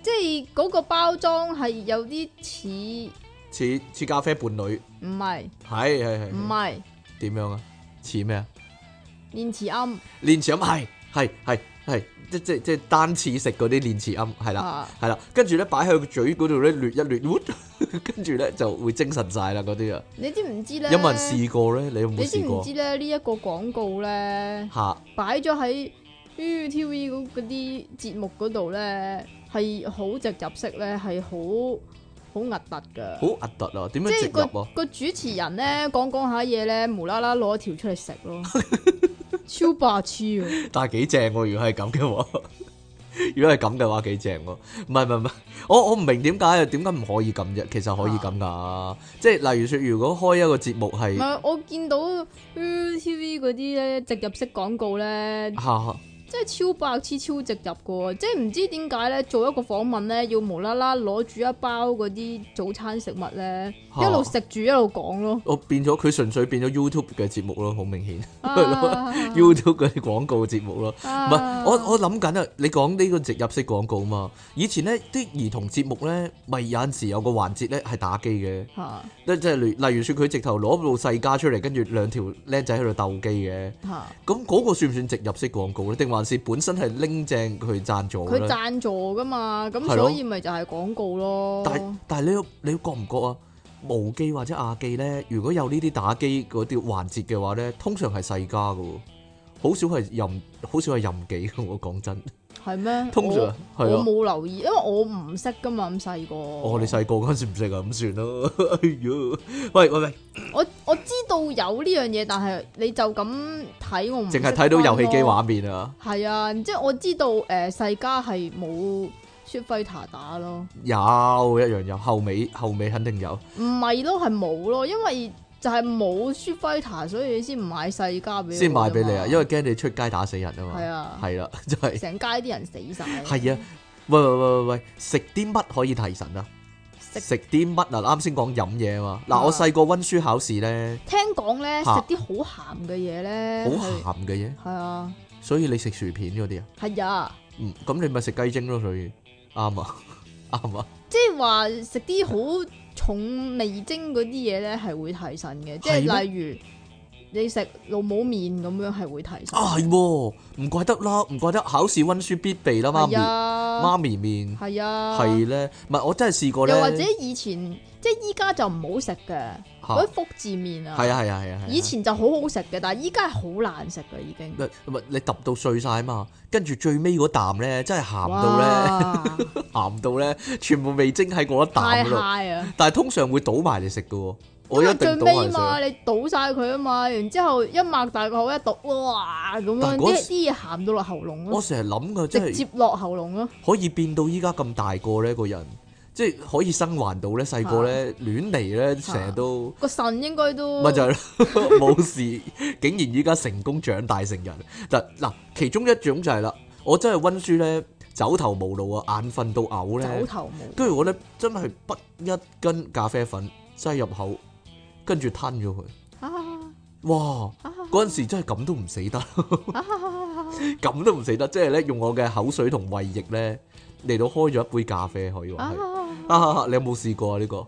B: 即係嗰個包裝係有啲似，
A: 似似咖啡伴侶，
B: 唔係
A: 係係
B: 唔
A: 係，
B: 係
A: 點樣啊？似咩啊？
B: 練詞音
A: 練詞咁係係係係，即即即單次食嗰啲練詞音係啦。
B: 啊，
A: 係啦，跟住咧擺喺個嘴嗰度咧掠一掠， 跟住咧就會精神晒啦嗰啲啊！
B: 你知唔知咧？
A: 有冇人試過咧？你有冇
B: 你知
A: 試
B: 唔
A: 過
B: 知？咧？呢一個廣告咧，
A: 嚇
B: 擺咗喺 ViuTV 嗰嗰啲節目嗰度咧，係好直入式咧，係好好核突噶
A: 好。核突啊！點
B: 即
A: 樣植
B: 係
A: 入
B: 個
A: 啊？
B: 個主持人咧講講下嘢咧，無啦啦攞條出嚟食 咯，超白痴啊！
A: 但係幾正喎！如果係咁嘅話， 如果係咁嘅話幾正喎！唔係唔係唔係，我我唔明點解啊？點解唔可以咁啫？其實可以咁噶，即係例如說，如果開一個節目
B: 啊
A: 係
B: 唔係我見到 ViuTV 嗰啲咧植入式廣告咧，
A: 嚇
B: 即係超白痴、超直入噶，即係唔知點解咧做一個訪問咧，要無啦啦攞住一包嗰啲早餐食物咧，
A: 嚇
B: 一路食住一路 講咯。
A: 我變咗佢純粹變咗 YouTube 嘅節目咯，好明顯係咯
B: 啊
A: YouTube 嗰啲廣告節目咯。唔
B: 唔
A: 係，我我諗緊啊！你講呢個植入式廣告嘛？以前咧啲兒童節目咧，咪有陣時有個環節咧係打機嘅，
B: 吓
A: 即即係例例如説佢直頭攞部世嘉出嚟，跟住兩條僆仔喺度鬥機嘅。
B: 吓，
A: 咁嗰個算唔算植入式廣告咧？定還是本身係拎正佢贊助嘅
B: 佢
A: 咧？
B: 贊助噶嘛，咁
A: 係咯
B: 所以咪就係廣告咯。
A: 但係但係你要你覺唔覺啊？無記或者亞記咧，如果有呢啲打機嗰啲環節嘅話咧，通常係世嘉嘅喎，好少係任好少係任記嘅喎。講真，
B: 係咩？
A: 通常
B: 我
A: 係啊
B: 我。冇留意，因為我唔識噶嘛，咁細個。
A: 哦，
B: 我
A: 你細個嗰陣時唔識啊，咁算咯。 哎呦，喂喂喂，
B: 我我知道有呢樣嘢，但係你就咁睇我唔
A: 淨係睇到遊戲機。畫面啊，
B: 係啊，即係我知道誒、呃、世嘉係冇雪費塔打咯，
A: 有一樣有，後尾後尾肯定有。
B: 唔係咯，係冇咯，因為就係冇雪費塔，所以你先唔買世嘉俾我
A: 先買俾你啊，
B: 㗎嘛
A: 因為驚你出街打死人啊嘛。
B: 係啊
A: 係啦， 就係
B: 成街啲人死晒。
A: 係啊。喂喂喂喂喂，食啲乜可以提神啊？
B: 食
A: 食啲乜啊？啱先講飲嘢啊嘛。嗱，
B: 啊
A: 我細個温書考試咧，
B: 聽講咧，食
A: 嚇
B: 啲好鹹嘅嘢咧，係
A: 好鹹嘅嘢，
B: 係啊，
A: 所以你食薯片嗰啲啊，
B: 係啊，
A: 嗯，咁你咪食雞精咯，所以啱啊， 啱啊，
B: 即係話食啲好重味精嗰啲嘢咧，係會提神嘅，即
A: 係咩
B: 係例如你食老母面咁樣係會提神。
A: 啊係喎，唔怪得啦，唔怪得考試温書必備啦，媽
B: 係
A: 咪
B: 啊，
A: 媽咪面
B: 係啊，
A: 係咧，唔係我真係試過咧，
B: 又或者以前即係依家就唔好食嘅
A: 嚇
B: 嗰啲福字面啊，
A: 係啊係啊係啊，係啊
B: 以前就好好食嘅，但係依家係好難食嘅已經。
A: 唔係唔係你揼到碎晒啊嘛，跟住最尾嗰啖咧真係鹹到咧
B: 哇！
A: 鹹到咧，全部味精喺嗰一啖 嗰
B: 太 high
A: 度，
B: 啊！
A: 但係通常會倒埋嚟食嘅喎，我
B: 因
A: 一
B: 為
A: 定
B: 最
A: 倒
B: 尾
A: 埋
B: 啊
A: 嚟
B: 嘛，
A: 食。
B: 你倒晒佢啊嘛，然之後一擘大個口一毒，哇咁樣
A: 但係嗰
B: 啲
A: 時
B: 啲嘢鹹到落喉嚨
A: 我
B: 咯，
A: 成日諗嘅，即
B: 直
A: 係。
B: 接落喉嚨咯。
A: 可以變到依家咁大個咧，個人即係可以生還到咧，細個咧亂嚟咧，成日都
B: 個腎應該都
A: 咪就係咯 冇事，竟然依家成功長大成人。但嗱，其中一種就係啦，我真係温書咧走投無路啊，眼瞓到嘔
B: 走
A: 咧，
B: 頭冇。
A: 跟住我咧真係不一斤咖啡粉擠入口，跟住吞咗佢。
B: 啊
A: 哇！
B: 啊
A: 嗰陣時真係咁都唔死得，
B: 啊
A: 咁都唔死得，即係咧用我嘅口水同胃液咧嚟到開咗一杯咖啡， 可以話係。
B: 啊！
A: 啊！你有冇試過啊？呢、個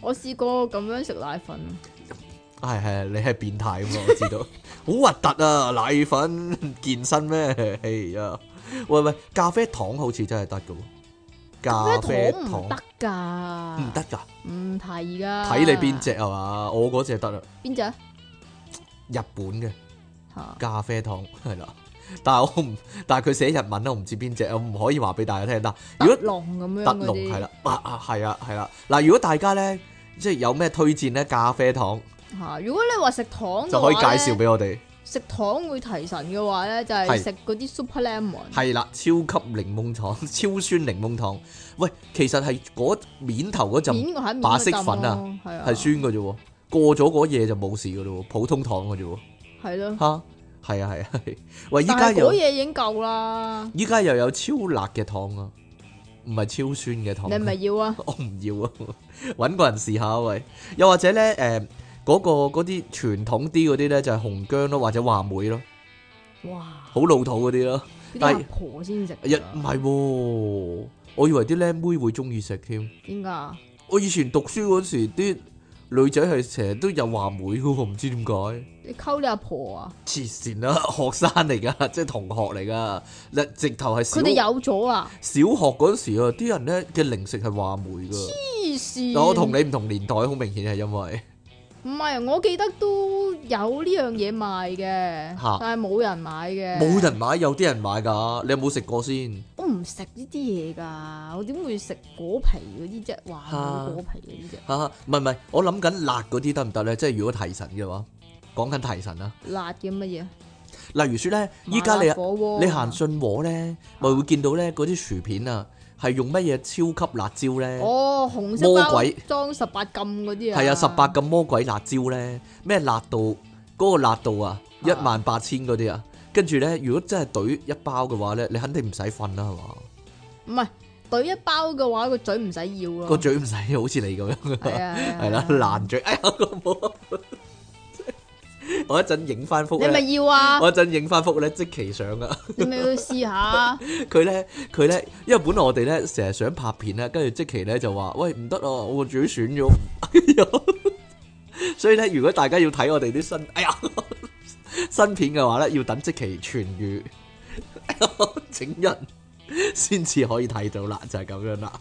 B: 我試過咁樣食奶粉，
A: 係係你係變態咁啊！我知道， 好核突啊！奶粉健身咩？ 哎呀，喂喂，咖啡糖好似真係得嘅喎，咖啡
B: 咩糖
A: 糖
B: 唔得㗎，
A: 唔得㗎，
B: 唔提㗎。
A: 睇你邊只係嘛？我嗰只得啦，
B: 邊只
A: 日本嘅
B: 嚇？
A: 咖啡糖係啦。但係我唔，但係佢寫日文啦，我唔知邊只，我唔可以話俾大家聽。嗱，如
B: 特
A: 果
B: 龍咁樣
A: 特
B: 嗰
A: 龍
B: 啲
A: 係啦，啊啊係啊係啦。嗱，如果大家咧即係有咩推薦咧，咖啡糖
B: 嚇。如果你話食糖
A: 就可以
B: 嘅
A: 介
B: 話
A: 紹
B: 咧，
A: 俾我哋。
B: 食糖會提神嘅話咧，就
A: 係
B: 係食嗰啲 Super Lemon。
A: 係啦，超級檸檬糖， 超酸檸檬糖。喂，其實係嗰面頭嗰陣
B: 面個喺面
A: 白色粉啊，
B: 係啊，
A: 係酸嘅啫喎，過咗嗰嘢就冇事嘅咯喎，普通糖嘅啫喎。
B: 係咯。
A: 吓，係啊係啊係。喂，依
B: 嗯但
A: 家
B: 係嗰
A: 有
B: 嘢已經夠啦，
A: 依家又有超辣嘅糖啊，唔係超酸嘅糖
B: 你。係咪要啊？
A: 我唔要啊， 揾個人試下啊喂。又或者咧，誒嗰個嗰啲傳統啲嗰啲咧就係紅薑咯，或者話梅咯，
B: 哇！
A: 好老土嗰啲咯。
B: 呢啲
A: 但係
B: 阿婆先食㗎，
A: 一唔係喎，我以為啲靚妹會中意食添。
B: 點解啊？
A: 我以前讀書嗰時，啲女仔係成日都有話妹嘅喎，唔知點解。
B: 你溝你阿婆啊？
A: 黐線啦， 學生嚟噶，即係同學嚟噶。嗱，直頭係小
B: 佢哋有咗啊？
A: 小學嗰時啊，啲人咧嘅零食係話梅噶。
B: 黐線！
A: 嗱，我同你唔同年代，好明顯係因為
B: 唔係，我記得都有呢樣嘢賣嘅
A: 嚇，
B: 但係冇人買嘅。
A: 冇，人買，有啲人買㗎。你有冇食過先？
B: 我唔食呢啲嘢㗎，我點會食果皮嗰啲啫？哇，
A: 嚇
B: 冇果皮嗰啲啫，
A: 哈哈，唔係唔係，我諗緊辣嗰啲得唔得咧？即係如果提神嘅話，講緊提神啦。
B: 辣嘅乜嘢？
A: 例如説咧，依家你啊
B: 麻辣火鍋啊
A: 你行信和咧，咪會見到咧嗰啲薯片啊，係用乜嘢超級辣椒咧？
B: 哦，紅色
A: 魔
B: 包
A: 鬼
B: 裝十八禁嗰啲啊？
A: 係啊，十八禁魔鬼辣椒咧，咩辣度嗰個辣度啊，一
B: 啊
A: 萬八千嗰啲啊，跟住咧，如果真係懟一包嘅話咧，你肯定唔使瞓啦，係嘛？
B: 唔係懟一包嘅話，個嘴唔使要咯。
A: 個嘴唔使好似你咁樣，
B: 係啊，
A: 係啦，
B: 係啊
A: 爛嘴，哎呀，我冇， 我一陣影翻幅
B: 你咪
A: 咧，
B: 要 啊？
A: 我一陣影翻幅咧即期相啊，
B: 你咪要 試下。
A: 佢咧佢咧，因為本來我哋咧成日想拍片咧，跟住即期咧就話，喂唔得啊，我個嘴損咗， 哎呀所以咧如果大家要睇我哋啲新，哎呀 新片嘅話咧，要等即期痊 愈，哎呀整人先至可以睇到啦，就係、咁樣啦。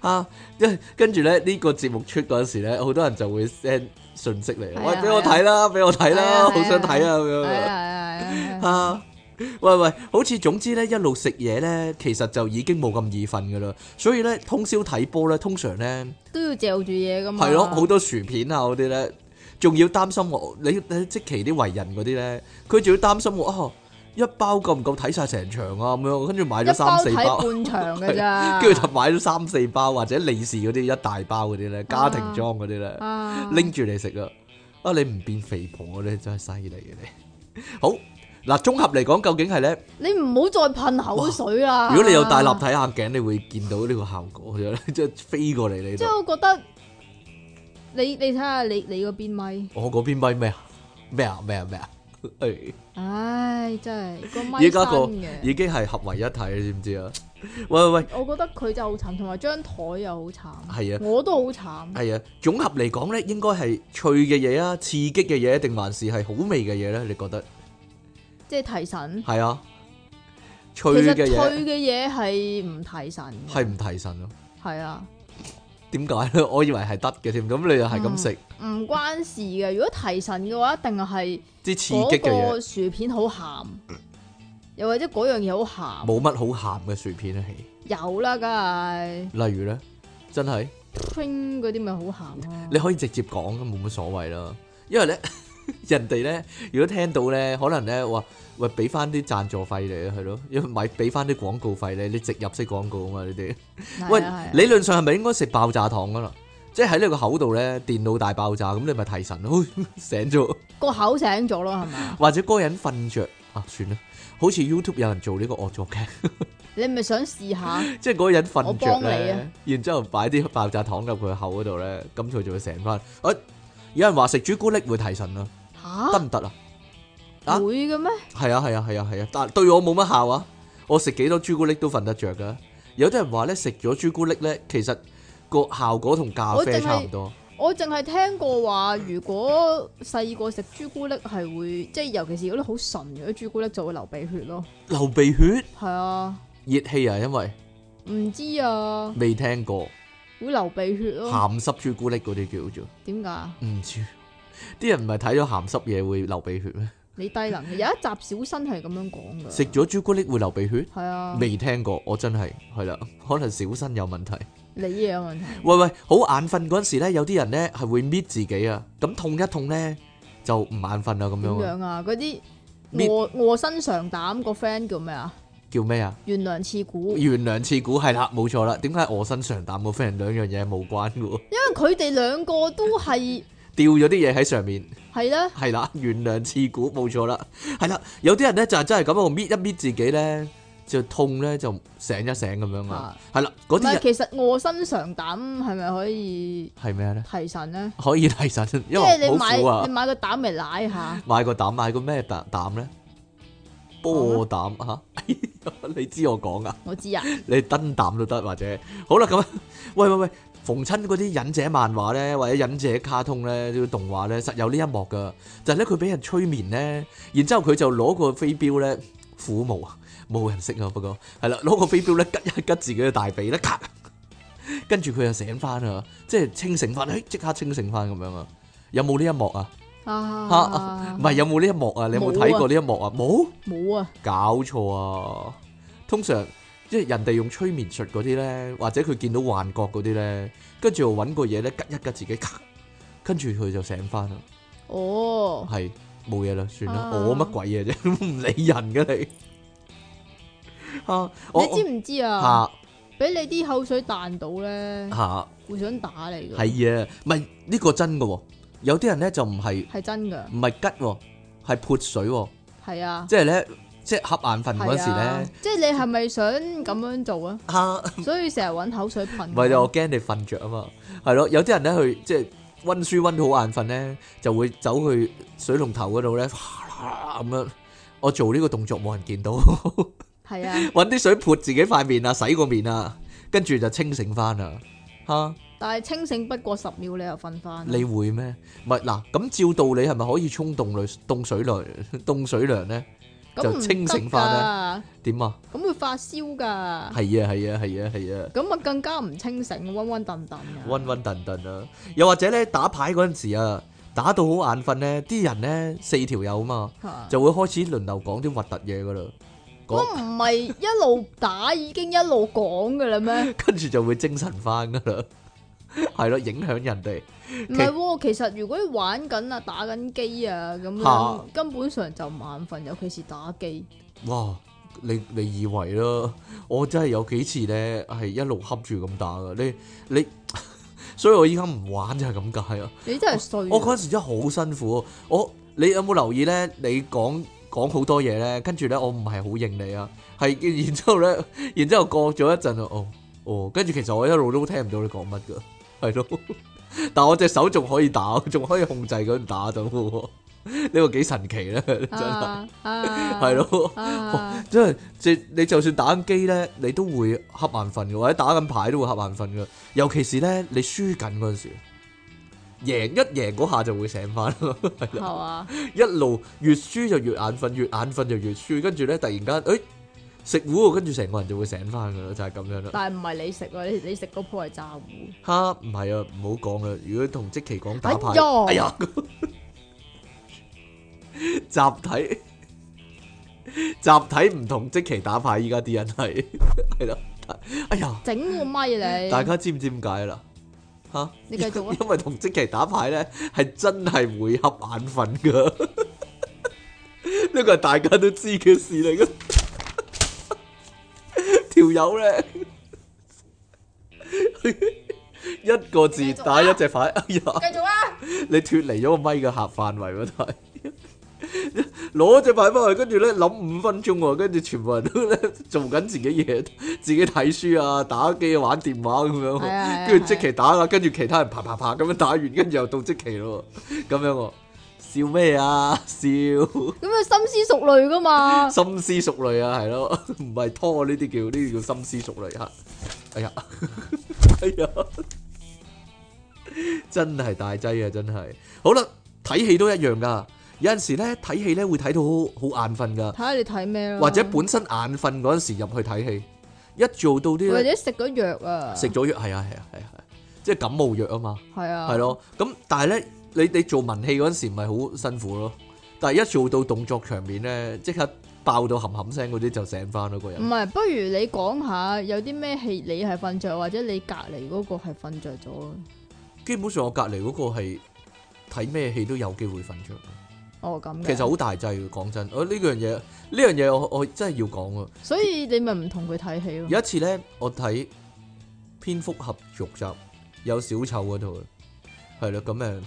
A: 啊，跟跟住咧呢、個節目出嗰陣時咧，好多人就會 send 信息嚟，
B: 係啊
A: 喂俾我睇啦，俾我睇
B: 係啊係
A: 啦，
B: 啊
A: 好想睇啊咁樣。
B: 係啊係啊係啊係啊。
A: 啊！ 喂喂，好似總之咧，一路食嘢咧，其實就已經冇咁易瞓噶啦。所以咧，通宵睇波咧，通常咧
B: 都要嚼住嘢噶嘛。
A: 係咯，好多薯片啊嗰啲咧，仲要擔心我你你即其啲為人嗰啲咧，佢仲要擔心我啊一包夠唔夠睇晒成場啊咁樣，跟住買
B: 一
A: 咗三
B: 包
A: 四包，
B: 睇半啊場嘅咋。
A: 跟住就買咗三四包或者利是嗰啲一大包嗰啲咧，家庭
B: 啊
A: 裝嗰啲咧。
B: 啊
A: 拎住嚟食啊！啊，你唔變肥婆咧，真係犀利嘅你。好嗱，綜合嚟講，究竟係咧，
B: 你唔好再噴口水啊啦。
A: 如果你有戴立體眼鏡，你會見到呢個效果嘅，即係飛過嚟你度。
B: 即係我覺得你你睇下你你嗰邊咪
A: 我嗰邊咪咩啊？咩啊？咩啊？咩啊？係
B: 唉，真系个咪
A: 依
B: 新
A: 家個
B: 嘅，
A: 已經係合為一體，你知唔知啊？喂喂
B: 我覺得佢就好慘，同埋張台又好慘，
A: 喂，係啊
B: 我都好慘。
A: 係啊，總合嚟講咧，應該係脆嘅嘢啊、刺激嘅嘢，定還是係好味嘅嘢咧？你覺得
B: 即係提神。
A: 係啊？
B: 其
A: 脆
B: 實
A: 嘅嘢
B: 退嘅嘢係唔提神嘅，
A: 係唔提神咯？
B: 係啊，
A: 點解咧？我以為係得嘅添，咁你又係咁食
B: 唔關事嘅。如果提神嘅話，一定係
A: 啲刺激
B: 嗰
A: 嘅嘢
B: 個，薯片好鹹，又或者嗰樣嘢好鹹。
A: 冇乜好鹹嘅薯片啊，係
B: 有啦，梗係
A: 例如咧，真係。
B: Pring 嗰啲咪好 鹹咯。
A: 你可以直接講咁冇乜所謂啦，因為咧 人哋咧如果聽到咧，可能咧話喂俾翻啲贊助費你啊，係咯，因為咪俾翻啲廣告費你，你植入式廣告啊嘛，你哋
B: 係啊
A: 喂
B: 係啊
A: 理論上係咪應該食爆炸糖噶啦？即係喺你個口度咧，電腦大爆炸咁，你咪提神咯， 醒 咗
B: 個口醒咗咯，係 嘛？
A: 或者嗰個人瞓着啊，算啦，好似 YouTube 有人做呢個惡作劇，
B: 你咪想試下？
A: 即係嗰個人
B: 我
A: 瞓着
B: 幫你
A: 咧
B: 啊，
A: 然之後擺啲爆炸糖入佢口嗰度咧，咁佢就會醒翻。啊，有人話食朱古力會提神啊！得
B: 吓
A: 唔得啊？啊
B: 會嘅咩？
A: 係啊係啊係啊係啊，但對我冇乜效啊！我食幾多朱古力都瞓得着噶。有啲人話咧，食咗朱古力咧，其實個效果同咖
B: 我淨
A: 啡
B: 係
A: 差唔多。
B: 我淨係聽過話，如果細個食朱古力係會，即係尤其是嗰啲好純嗰啲朱古力就會流鼻血咯。
A: 流鼻血、
B: 係啊，
A: 熱氣啊，因為
B: 唔知啊，
A: 未聽過
B: 會流鼻血咯。
A: 鹹濕朱古力嗰啲叫做
B: 點解？
A: 唔知。啲人唔係睇咗鹹濕嘢會流鼻血咩？
B: 你低能嘅。有一集小新係咁樣講
A: 食
B: 㗎。
A: 咗朱古力會流鼻血？
B: 係啊，
A: 未聽過，我真係係啦，可能小身有問題。
B: 你嘢有問題。
A: 喂喂，好眼瞓嗰陣時咧，有啲人咧係會搣自己啊，咁痛一痛咧就唔眼瞓啦咁
B: 點
A: 樣啊，
B: 樣啊？嗰啲
A: 搣
B: 卧卧薪嘗膽個 friend 叫咩啊？
A: 叫咩啊？
B: 原諒刺股，因
A: 原諒刺股係啦，冇錯啦。點解我身上膽個 friend 兩樣嘢冇關嘅喎？
B: 為佢哋兩個 都係
A: 掉咗啲嘢喺上面，
B: 係啦，
A: 係啦，原諒刺股冇錯啦，係啦。有啲人咧就係真係咁樣搣一搣自己咧，就痛咧就醒一醒咁樣啊
B: 啊。
A: 係啦，
B: 唔
A: 嗰啲
B: 係
A: 人
B: 其實卧薪嘗膽係咪可以
A: 係咩咧？
B: 提神咧？
A: 可以提神，因
B: 即係
A: 為
B: 你
A: 好
B: 買
A: 苦啊
B: 你。買個膽嚟奶下，
A: 買個膽，買個咩膽膽咧？波膽 嚇，你知我講啊？
B: 我知啊，
A: 你登膽都得，或者好啦咁。 喂喂喂，逢親嗰啲忍者漫畫咧，或者忍者卡通咧，呢個動畫咧，實有呢一幕噶，就係咧佢俾人催眠咧，然之後佢就攞個飛鏢咧，苦無啊， 冇人識啊，不過係啦，攞個飛鏢咧，吉一吉自己嘅大髀咧，咔， 跟住佢就醒翻啊，即係清醒翻，誒即刻清醒翻咁樣啊，有冇呢一幕啊？
B: 啊
A: 唔係有冇呢一幕啊？你有冇睇過呢一幕啊？冇。
B: 冇啊，
A: 搞錯啊！通常即係人哋用催眠術嗰啲咧，或者佢見到幻覺嗰啲咧，跟住又揾個嘢咧，吉一吉自己，咔跟住佢就醒翻啦。
B: 哦，
A: 係冇嘢啦，算啦，
B: 啊
A: 我乜鬼嘢啫，唔理人嘅 你。啊！我
B: 你知唔知啊？嗯
A: 嚇
B: 俾你啲口水彈到咧，
A: 嚇
B: 會想打你噶，
A: 係啊，唔係呢個真嘅喎。有啲人咧就唔係
B: 係真噶，
A: 唔係吉喎，係潑水喎，
B: 係啊，
A: 即係咧即係瞌眼瞓嗰
B: 係
A: 時
B: 啊
A: 咧，
B: 即係你係咪想咁樣做啊？
A: 嚇。
B: 所以成日揾口水噴。
A: 唔係我驚你瞓着啊嘛，係咯，有啲人咧去即係温書温到好眼瞓咧，就會走去水龍頭嗰度 咧，咁樣我做呢個動作冇人 見到，揾
B: 係啊，
A: 啲水潑自己塊面啊，洗個面啊，跟住就清醒翻啦。嚇，
B: 但係清醒不過十秒，你又瞓翻。
A: 你會咩？唔係嗱，咁照道理係咪可以沖凍水凍水 涼凍水涼咧？
B: 咁
A: 就
B: 唔
A: 清醒
B: 得
A: 返
B: 㗎，
A: 點啊？
B: 咁會發燒㗎，
A: 係啊係啊係啊係啊！
B: 咁啊更加唔清醒，昏昏沌沌㗎。
A: 温温頓頓啊，又或者咧打牌嗰陣時啊，打到好眼瞓咧，啲人咧四條友啊嘛。
B: 嚇
A: 就會開始輪流講啲核突嘢噶啦，
B: 咁
A: 講
B: 唔係一路打已經一路講嘅 啦咩？
A: 跟住就會精神翻噶啦， 係咯，影響人哋
B: 唔係喎，其實如果你玩緊啊、打緊機啊咁
A: 嚇
B: 樣，根本上就唔眼瞓，尤其是打機。
A: 哇！你你以為啦，我真係有幾次咧係一路恰住咁打噶，你你， 所以我依家唔玩就係咁解啊！
B: 你真係衰啊。
A: 我嗰陣時真係好辛苦，我你有冇留意咧？你講講好多嘢咧，跟住咧我唔係好應你啊，係然之後咧， 然之後過咗一陣啊，哦哦，跟住其實我一路都聽唔到你講乜 噶，係咯，但我隻手仲可以打，仲可以控制咁打到喎，呢個幾神奇咧，真係
B: 啊啊，
A: 係咯。
B: 啊，
A: 即係即你就算打緊機咧，你都會瞌眼瞓嘅，或者打緊牌都會瞌眼瞓嘅。尤其是咧，你輸緊嗰陣時，贏一贏嗰下就會醒翻，
B: 係嘛？
A: 一路越輸就越眼瞓，越眼瞓就越輸，跟住咧突然間，誒、食糊喎，跟住成個人就會醒翻噶啦，就係、咁樣啦。
B: 但係唔係你食喎，你你食嗰鋪係炸糊，
A: 哈，唔係啊，唔好講啦。如果同即期講打牌，哎
B: 哎
A: 呀， 集體集體唔同即期打牌，依家啲人係 係咯，哎呀，
B: 整個咪你，
A: 大家知唔知點解啦？吓，
B: 啊你繼續啊
A: 因為同即期打牌咧，係真係會瞌眼瞓噶， 呢個係大家都知嘅事嚟噶。 條友咧， 一個字
B: 啊
A: 打一隻牌，哎呀！
B: 繼續啊！
A: 你脱離咗個咪嘅客範圍喎，但係 攞只牌翻去，跟住咧諗五分鐘喎，跟住全部人都咧做緊自己嘢，自己睇書啊、打機、玩電話咁樣
B: 係
A: 喎，
B: 啊係啊
A: 跟住即期打啦，跟住其他人啪啪啪咁樣打完，跟住又到即期咯喎，咁樣喎，笑咩啊？ 笑，
B: 咁啊，深思熟慮噶 嘛
A: 深思熟慮啊，係咯， 唔係拖呢啲叫呢啲叫深思熟慮啊！哎呀， 哎呀，真係大劑啊！真係好啦，睇戲都一樣噶。有陣時咧睇戲咧會睇到好好眼瞓噶
B: 睇，下你睇咩啦，
A: 或者本身眼瞓嗰陣時入去睇戲，一做到啲
B: 或
A: 呢
B: 者食咗藥啊，
A: 食咗藥，係啊係啊係啊係啊，即係感冒藥啊嘛。
B: 係啊，
A: 係，咯，咁但係咧，你你做文戲嗰陣時咪好辛苦咯，但係一做到動作場面咧，即刻爆到冚冚聲嗰啲就醒翻咯，個
B: 唔
A: 人。
B: 係，不如你講下有啲咩戲你係瞓着，或者你隔離嗰個係瞓着咗。
A: 基本上我隔離嗰個係睇咩戲都有機會瞓着，
B: 哦，咁嘅
A: 其實好大劑嘅，講真。哦我呢樣嘢呢樣嘢我我真係要講啊！
B: 所以你咪唔同佢睇戲咯。
A: 有一次咧，我睇蝙蝠俠續集有小丑嗰套，係啦，咁誒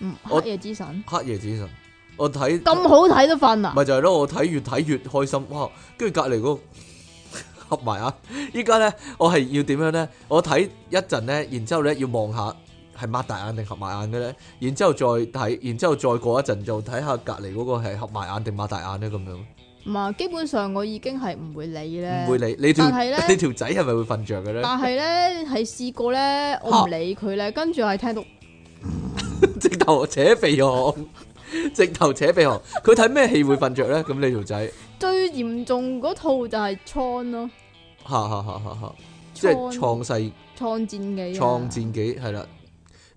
B: 嗯，
A: 我
B: 黑夜之神
A: 黑夜之神，我睇
B: 咁好睇都瞓啊？
A: 咪就係咯，我睇越睇越開心，哇！跟住隔離嗰個 合埋啊！依家咧，我係要點樣咧？我睇一陣咧，然之後咧要望下係擘大眼定合埋眼嘅咧，然之後再睇，然之後再過一陣就睇下隔離嗰個係合埋眼定擘大眼咧咁樣，
B: 唔係，基本上我已經係唔會理咧。
A: 唔會理你條
B: 但係呢
A: 你條仔係咪會瞓着嘅咧？
B: 但係咧，係試過咧，我唔理佢咧，跟住係聽到
A: 直頭扯鼻鼾， 直頭扯鼻鼾。佢睇咩戲會瞓着咧？咁你條仔，
B: 最嚴重嗰套就係《倉》咯，
A: 哈哈哈哈哈！即係創世。
B: 創戰記啊，
A: 創戰記係啦，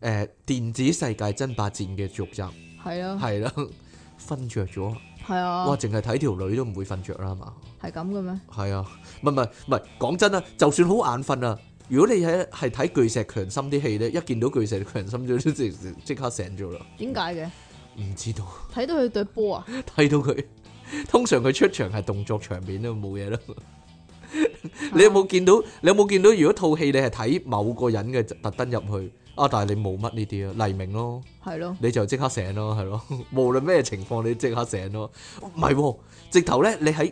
A: 誒、電子世界爭霸戰嘅續集
B: 係咯，
A: 係啦， 瞓着咗，
B: 係啊
A: 哇！，淨係睇條女都唔會瞓着啦係嘛，
B: 係咁嘅咩？
A: 係啊，唔係唔係唔係，講真啊，就算好眼瞓啊，如果你喺係睇巨石強森啲戲咧，一見到巨石強森咗， 即即刻醒咗啦，
B: 點解嘅？
A: 唔知道
B: 睇到佢對波啊，
A: 睇到佢，通常佢出場係動作場面啊，冇嘢啦。
B: 啊
A: 你有
B: à,
A: 冇見到？你有冇見到？如果套戲你係睇某個人嘅，特登入去啊，但係你冇乜呢啲啊，黎明咯。
B: 係咯，
A: 你就即刻醒咯，係咯，無論咩情況你即刻醒咯。唔係喎，直頭咧，你喺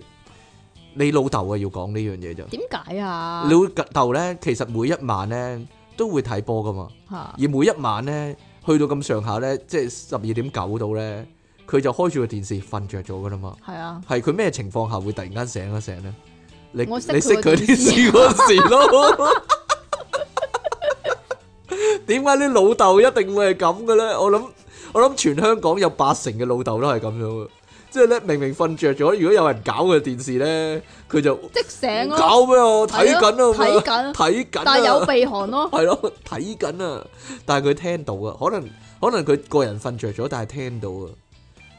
A: 你老豆啊，要講呢樣嘢就，
B: 點解啊？
A: 你老豆咧，其實每一晚咧都會睇波噶嘛，
B: 嚇
A: 而每一晚咧去到咁上下咧，即係十二點九度咧，佢就開住個電視瞓着咗噶啦嘛。
B: 係啊，
A: 係佢咩情況下會突然間醒一醒咧？你
B: 我熄
A: 你識
B: 佢
A: 佢
B: 個
A: 啲
B: 電視
A: 事嗰時咯。點解啲老豆一定會係咁嘅咧？我諗我諗全香港有八成嘅老豆都係咁樣嘅，即係咧明明瞓着咗，如果有人搞佢電視咧，佢就
B: 即醒咯，
A: 搞咩啊我睇緊啊，
B: 係咯睇緊
A: 睇緊啊，
B: 但係有鼻鼾咯，
A: 係咯睇緊啊，但係佢聽到啊，可能可能佢個人瞓着咗，但係聽到啊，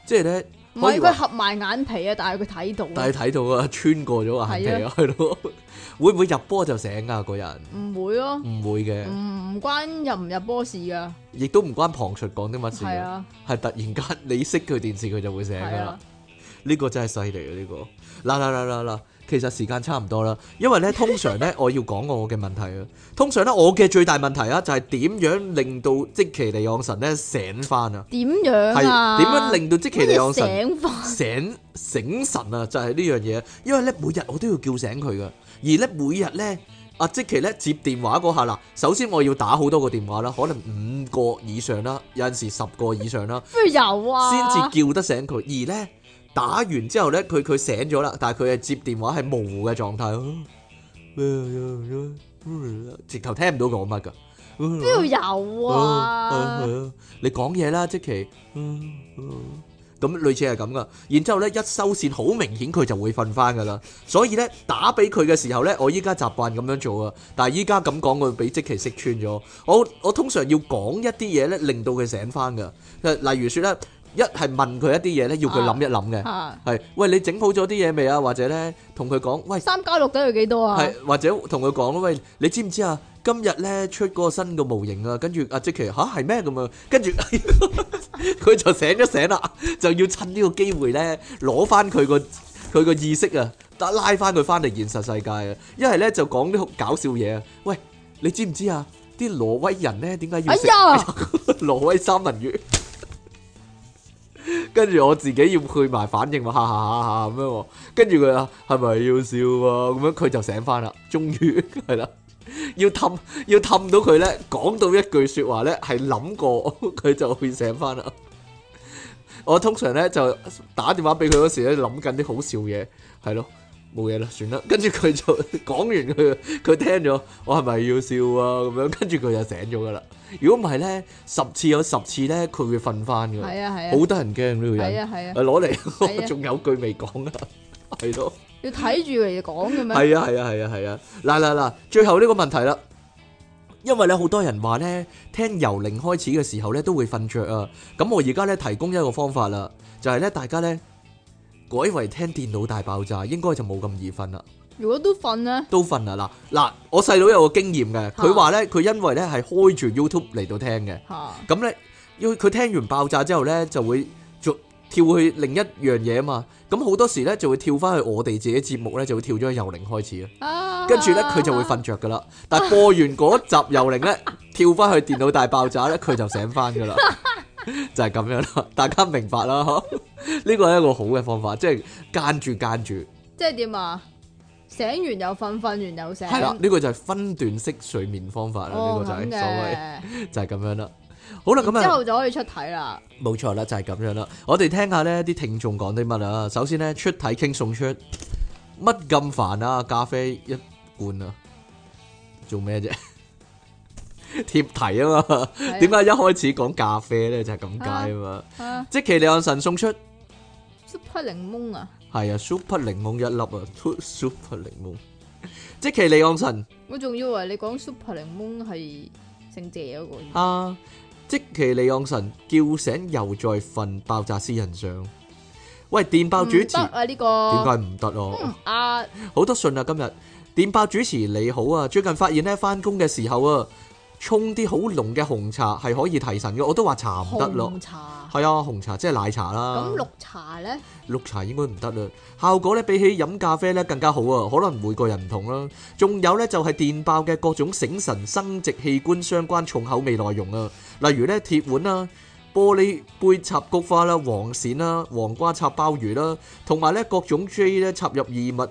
A: 即係咧
B: 唔
A: 可以
B: 係
A: 話
B: 佢合埋眼皮啊，但係佢睇到
A: 但
B: 啊，
A: 係睇到啊，穿過咗眼皮啊，係咯， 會唔會入波就醒啊？個人
B: 唔會咯。
A: 唔會嘅，
B: 唔唔關入唔入波事噶，
A: 亦都唔關旁述講啲乜事
B: 係
A: 嘅，
B: 啊，
A: 係突然間你熄佢電視佢就會醒噶
B: 係
A: 啦
B: 啊。，
A: 呢個真係犀利啊！呢個嗱嗱嗱嗱嗱，其實時間差唔多啦，因 為咧通常咧我要講我嘅問題啊，通常咧我嘅最大問題啊就係點樣令到即其利昂神咧醒翻啊，
B: 點樣
A: 係
B: 啊？
A: 點樣令到即其利昂神？
B: 乜嘢醒法？
A: 醒醒神啊，就係呢樣嘢，因為咧每日我都要叫醒佢噶，而咧每日咧阿即奇咧接電話嗰下啦，首先我要打好多個電話啦，可能五個以上啦，有陣時十個以上啦，
B: 不如有
A: 先
B: 啊，
A: 至叫得醒佢。而咧打完之後咧，佢佢醒咗啦，但係佢係接電話係模糊嘅狀態，直頭聽唔到講乜㗎。
B: 邊度有
A: Ừ,
B: 啊？
A: 你講嘢啦，即其，嗯嗯咁類似係咁噶。然之後咧，一收線好明顯佢就會瞓翻噶啦。所以咧，打俾佢嘅時候咧，我依家習慣咁樣做啊。但係依家咁講，我俾即其識穿咗。我我通常要講一啲嘢咧，令到佢醒翻噶。誒例如説咧，一係問佢一啲嘢咧，要佢諗一諗嘅。
B: 啊，
A: 係，喂，你整好咗啲嘢未啊？或者咧，同佢講，喂。
B: 三加六等於幾多啊？
A: 係或者同佢講喂，你知唔知啊？今日咧出嗰個新嘅模型啊，跟住阿即奇吓係咩咁啊？跟住佢就醒咗醒啦，就要趁呢個機會咧攞翻佢個佢個意識啊，拉拉翻佢翻嚟現實世界啊！一係咧就講啲好搞笑嘢啊！喂，你知唔知啊？啲挪威人咧點解要
B: 哎
A: 食
B: 呀，
A: 挪威三文魚？跟住我自己要去埋反應喎，哈哈哈哈咁樣喎。跟住佢話係咪要笑啊？咁樣佢就醒翻啦，終於 係啦。要氹要氹到佢咧，講到一句説話咧，係諗過 佢就會醒翻啦。我通常咧就打電話俾佢嗰時咧，諗緊啲好笑嘢，係咯，冇嘢啦，算啦。跟住佢就 講完佢，佢聽咗我係咪要笑啊？咁樣跟住佢就醒咗噶啦。如果唔係咧，十次有十次咧，佢會瞓翻嘅。
B: 係啊係啊，
A: 好得人驚呢個人。
B: 係啊係
A: 啊，
B: 啊，
A: 攞
B: 係
A: 嚟，
B: 啊
A: 仲有句未講啊，係咯，
B: 要睇住嚟講嘅咩？
A: 係啊，係啊，係啊，係啊，嗱嗱嗱，最後呢個問題啦，因為咧好多人話咧，聽由零開始嘅時候咧都會瞓着啊，咁我而家咧提供一個方法啦，就係咧大家咧改為聽電腦大爆炸，應該就冇咁易瞓啦。
B: 如果都瞓咧，
A: 都瞓啦嗱嗱，我細佬有個經驗嘅，佢話咧佢因為咧係開住 YouTube 嚟到聽嘅。
B: 吓
A: 咁咧，因為佢聽完爆炸之後咧，就會逐跳去另一樣嘢啊嘛。咁好多時咧就會跳翻去我哋自己節目咧，就會跳咗去由零開始啊。
B: 啊，
A: 跟住咧佢就會瞓着噶啦。但係播完嗰集由 零咧，跳翻去電腦大爆炸咧，佢就醒翻噶啦。 就係咁樣啦，大家明白啦呵呢個係一個好嘅方法，即係間住間住，
B: 即係點啊？醒完又瞓，瞓完又醒，
A: 係啦，呢個就係分段式睡眠方法啦，呢
B: 哦
A: 個就係
B: 咁
A: 所謂
B: 嘅。
A: 就係咁樣啦。好啦，咁啊
B: 之。後就可以出體啦。
A: 冇錯啦，就係、咁樣啦。我哋聽下呢啲聽眾講啲乜啊？首先呢，出體傾送出乜咁煩啊？咖啡一罐啊，做咩啫？ 貼題啊嘛，
B: 係啊
A: 點解一開始講咖啡呢？就係咁解啊嘛。
B: 啊
A: 即其利昂神送出
B: ？Super 檸檬啊！
A: 係啊，super 檸檬一粒啊，super 檸檬。即其利昂神
B: 我仲以為你講 Super 檸檬係姓謝嗰個。
A: 啊，即其利昂神叫醒又再瞓，爆炸私人相。喂，電爆主持
B: 唔得
A: 點
B: 啊！呢個
A: 解唔得咯？
B: 嗯啊，
A: 好多信啊！今日電爆主持你好啊！最近發現咧，翻工嘅時候啊，沖啲好濃嘅紅茶係可以提神嘅，我都話茶唔得咯
B: 紅。茶
A: 係啊，紅茶即係奶茶啦。
B: 咁綠茶咧，
A: 綠茶應該唔得啦，效果咧比起飲咖啡咧更加好啊！可能每個人唔同啦。仲有咧就係電爆嘅各種醒神生殖器官相關重口味內容啊，例如咧鐵碗啦、玻璃杯插菊花啦、黃鱔啦、黃瓜插鮑魚啦，同埋咧各種 J 咧插入異物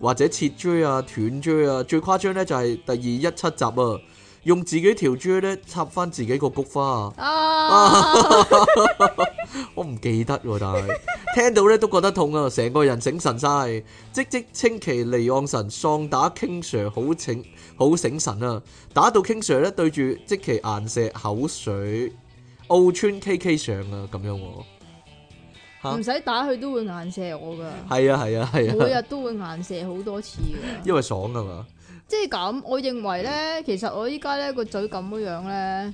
A: 或者切 J 啊、斷 J 啊，最誇張咧就係第二一七集啊，用自己條 J 咧插翻自己個菊花啊！
B: 啊，
A: 哦我唔記得喎，但係聽到咧都覺得痛啊！成個人醒神晒，即即清奇離岸神喪打 King Sir 好醒好醒神啊！打到 King Sir 咧對住即其顏射口水，澳村 KK 上啊咁樣喎，啊
B: 唔使打佢都會眼射我 噶，
A: 係啊係啊
B: 每
A: 係啊，
B: 日都會眼射好多次嘅。
A: 因為爽啊嘛，
B: 即係咁，我認為咧，其實我依家咧個嘴咁樣樣咧，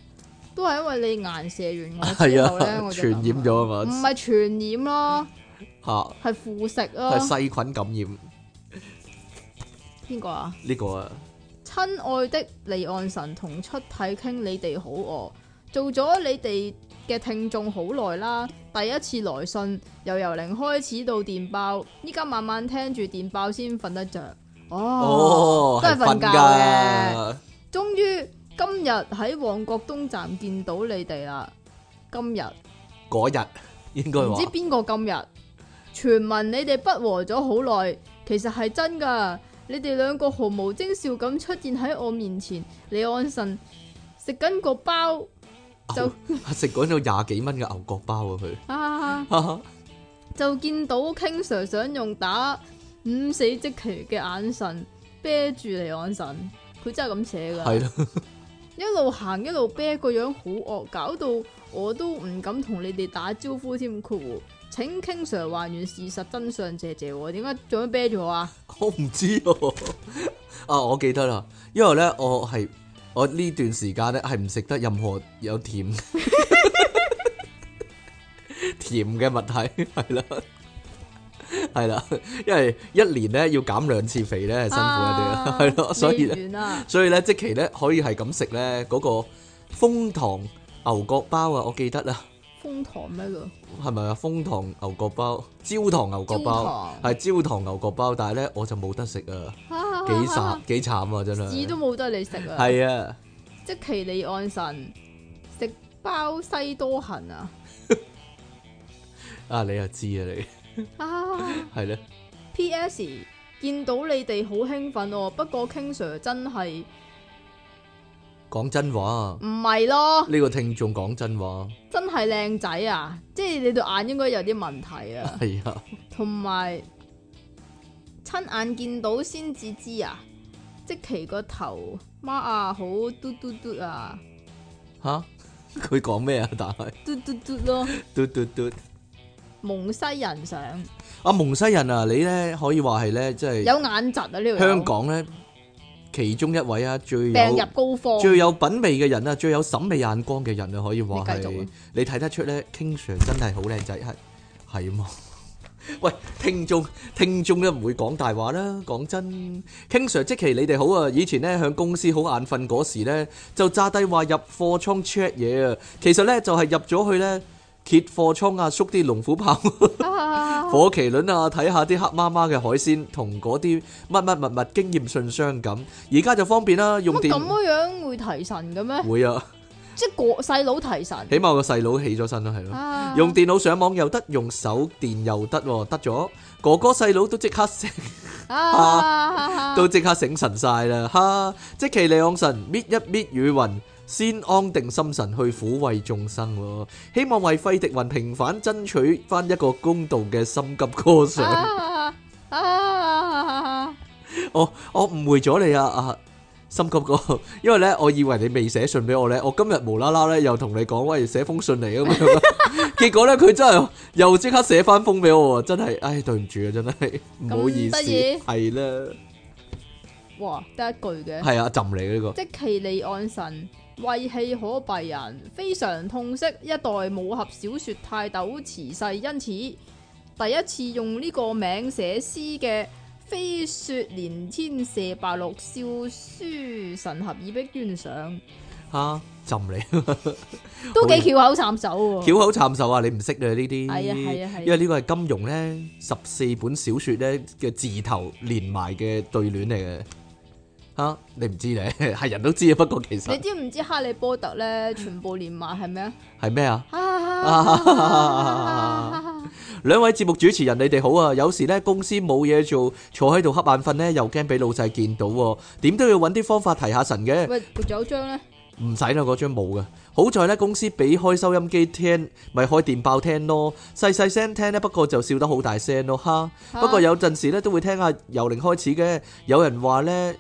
B: 都係因為你眼射完 我
A: 係
B: 之
A: 啊
B: 後咧，我就嗯
A: 傳染咗啊嘛
B: 咁唔係傳染咯，
A: 嚇
B: 係腐蝕啊咯
A: 係。細菌感染
B: 邊個啊？
A: 呢個啊，
B: 親愛的離岸神同出體傾，你哋好哦！做咗你哋嘅聽眾好耐啦，第一次來信又由零開始到電爆，依家慢慢聽住電爆先瞓得着。哦，
A: 哦
B: 都係瞓覺嘅。
A: 㗎
B: 終於今日喺旺角東站見到你哋啦！今日唔
A: 嗰日應該
B: 知
A: 話
B: 邊個今日？傳聞你哋不和咗好耐，其實係真噶。你哋兩個毫無徵兆咁出現喺我面前，李安臣食緊個包就
A: 食嗰度廿幾蚊嘅牛角包啊佢。
B: 啊，
A: 哈哈
B: 就見到 King Sir 想用打五死即期嘅眼神啤住李安臣，佢真係咁寫噶。
A: 係咯，
B: 一路行一路啤個樣好惡，搞到我都唔敢同你哋打招呼添。括弧請 King Sir 還原事實真相，謝謝喎。點解做樣啤住我啊？
A: 我唔知喎。 啊，我記得啦，因為咧我係我呢段時間咧係唔食得任何有甜 甜嘅物體，係啦。係啦，因為一年咧要減兩次肥咧，係辛苦
B: 啊
A: 一啲，係咯，所以咧。
B: 未完啊，
A: 所以咧，即期咧可以係咁食咧嗰個蜂糖牛角包啊！我記得啦，
B: 封糖咩噶？
A: 係咪啊？蜂糖牛角包、焦糖牛角包
B: 焦糖
A: 係焦糖牛角包，但係咧我就冇得食啊，幾 慘幾慘啊！真
B: 屎都
A: 係
B: 冇得你食啊！
A: 係啊，
B: 即其利安神食包西多痕啊！
A: 啊你又知啊你
B: 啊
A: 係咧，
B: P.S. 見到你哋好興奮哦，不過 King Sir 真係
A: 講真話啊！
B: 唔係咯，
A: 呢個聽眾講真話，
B: 真係靚仔啊！即係你對眼應該有啲問題啊！
A: 係啊，
B: 同埋親眼見到先至知啊！即其個頭，媽啊，好嘟嘟嘟啊，
A: 吓佢講咩啊？但係
B: 嘟嘟嘟咯，
A: 嘟嘟嘟，
B: 蒙西人相，
A: 阿蒙西人啊，你咧可以話係咧，即係
B: 有眼疾啊呢度
A: 香港咧其中一位啊最
B: 病
A: 有
B: 入膏肓，
A: 最有品味嘅人啊，最有審美眼光嘅人啊，可以話
B: 你繼續
A: 係
B: 啊
A: 你睇得出咧，King Sir 真係好靚仔，係係嘛？ 喂，聽眾聽眾都唔會講大話啦，講真，King Sir 即其你哋好啊！以前咧響公司好眼瞓嗰時咧，就炸低話入貨倉 check 嘢啊，其實咧就係入咗去咧揭貨倉啊，縮啲龍 虎豹。
B: 啊
A: 火麒麟啊，睇下啲黑媽媽嘅海鮮同嗰啲乜乜物物經驗信箱咁，而家就方便啦，用
B: 乜
A: 電
B: 咁樣會提神嘅咩？
A: 會啊，
B: 即係個細佬提神
A: 起碼個細佬起咗身啦，係咯，
B: 啊！
A: 用電腦上網又得，用手電又得喎，得咗，哥哥細佬都即刻醒，
B: 啊，
A: 都即刻醒神晒啦，哈！即其利昂神搣一搣雨雲。先安定心神去撫慰眾生喎，希望為費迪雲平反爭取翻一個公道嘅心急歌想。
B: 啊啊！
A: 我我哦誤會咗你啊啊！心急哥， 因為咧，我以為你未寫信俾我咧，我今日無啦啦咧又同你講，喂，寫封信嚟啊咁樣， 結果咧佢真係又即刻寫翻封俾我喎，真係，唉，對唔住啊，真係唔好意思，
B: 咁得意
A: 係啦，
B: 哇，得一句嘅，
A: 係啊，朕嚟嘅呢 個，
B: 即其利岸神，胃氣可蔽人，非常痛惜一代武俠小說泰斗辭世，因此第一次用呢個名寫詩嘅。飛雪連天射白鹿，笑書神俠以逼冤上，
A: 嚇，朕嚟，
B: 都幾
A: 好
B: 翹口插手 喎。
A: 巧口慘手啊，你唔識嘅呢啲，
B: 係啊係啊係啊
A: 因為呢個係金庸咧十四本小説咧嘅字頭連埋嘅對聯嚟嘅，嚇，你唔知咧， 係人都知啊，不過其
B: 你
A: 實
B: 知唔知哈利波特咧全部連埋係咩啊？
A: 係咩啊？
B: 啊！
A: 兩位節目主持人，你哋好啊！有時呢，公司冇嘢做，坐喺度瞌眼瞓呢，又驚俾老細見到喎，點都要揾啲方法提下神嘅。
B: 喂，仲有張咧，
A: 唔使啦，嗰張冇嘅。好在呢，公司俾開收音機聽，咪開電爆聽咯，細細聲聽呢，不過就笑得好大聲咯，哈！不過有陣時呢，都會聽下由零開始嘅。有人話呢，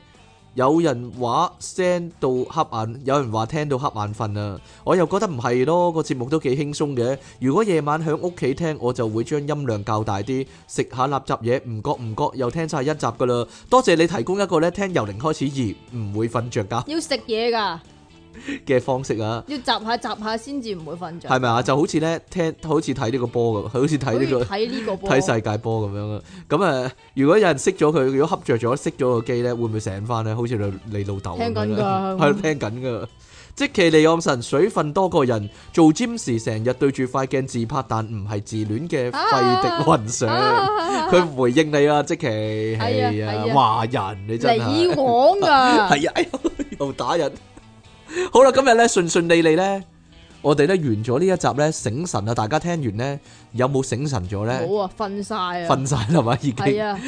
A: 有人話聲到瞌眼，有人話聽到瞌眼瞓啊！我又覺得唔係咯，個節目都幾輕鬆嘅。如果夜晚喺屋企聽，我就會將音量較大啲，食下垃圾嘢，唔覺唔覺又聽晒一集噶啦。多謝你提供一個呢，聽由零開始而唔會瞓着覺
B: 要食嘢噶，
A: 嘅方式啊！
B: 要集下集下先至唔會瞓着。
A: 係咪啊？就好似咧聽，好似睇呢個波咁，好似睇
B: 好似
A: 呢個
B: 睇呢個波，
A: 睇世界波咁樣啊。咁啊，如果有人熄咗佢，如果瞌着咗熄咗個機咧，會唔會醒翻咧？好似你你老豆咁樣呢 係
B: 聽緊㗎
A: 聽緊噶。即其利昂神水分多過人，做 gym 時成日對住塊鏡自拍，但唔係自戀嘅費迪雲上。
B: 啊
A: 佢回應你啊，即其
B: 係啊
A: 係
B: 係
A: 啊，
B: 啊
A: 華人你真係。
B: 你講噶，
A: 系啊，哎呦又打人。好啦，今日咧順順利利咧，我哋咧完咗呢一集咧醒神啊！大家聽完咧有冇醒神咗咧？
B: 冇啊，瞓晒啊，
A: 瞓晒啦嘛，已經
B: 係啊，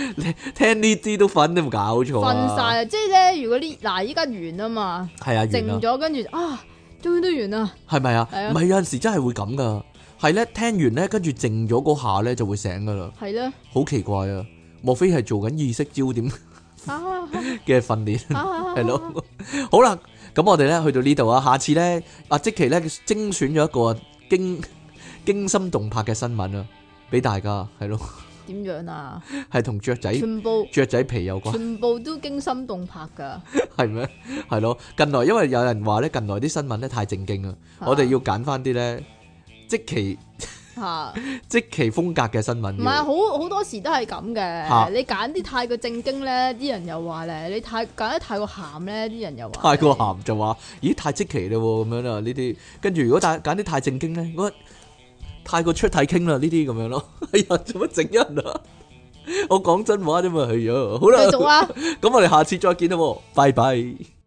A: 聽呢啲都瞓，都冇搞錯啊！
B: 瞓晒啊，即係咧，如果呢嗱依家完啊嘛，
A: 係啊，完啦
B: 靜。咗，跟住啊，終於都完啦，
A: 係咪啊？
B: 係啊
A: 唔係有陣時真係會咁噶，係咧聽完咧跟住靜咗嗰下咧就會醒噶啦，
B: 係啦，
A: 好奇怪啊！莫非係做緊意識焦 點
B: 啊啊
A: 嘅訓練？
B: 啊 啊
A: 係咯，好啦，咁我哋咧去到呢度啊，下次咧阿即奇咧精選咗一個驚 驚心動魄嘅新聞啊，俾大家係咯，
B: 點樣啊？
A: 係同雀 仔
B: 全部
A: 雀仔皮有關，
B: 全部都驚心動魄㗎，
A: 係咩？係咯，近來因為有人話咧，近來啲新聞咧太正經啊，我哋要揀翻啲咧即奇
B: 嚇。
A: 即奇風格嘅新聞
B: 唔
A: 要。
B: 係啊好好多時都係咁
A: 嚇
B: 嘅，你揀啲太過正經咧，啲人又話咧；你太揀得太過鹹咧，啲人又話
A: 太過鹹就話，咦太積奇嘞喎，咁樣啦呢啲。跟住如果帶揀啲太正經咧，我太過出體傾啦呢啲咁樣咯。 哎呀，做乜整人啊？ 我講真話啫嘛，係呀。好
B: 繼
A: 啦，
B: 續啊！
A: 咁我哋下次再見啦喎，拜拜。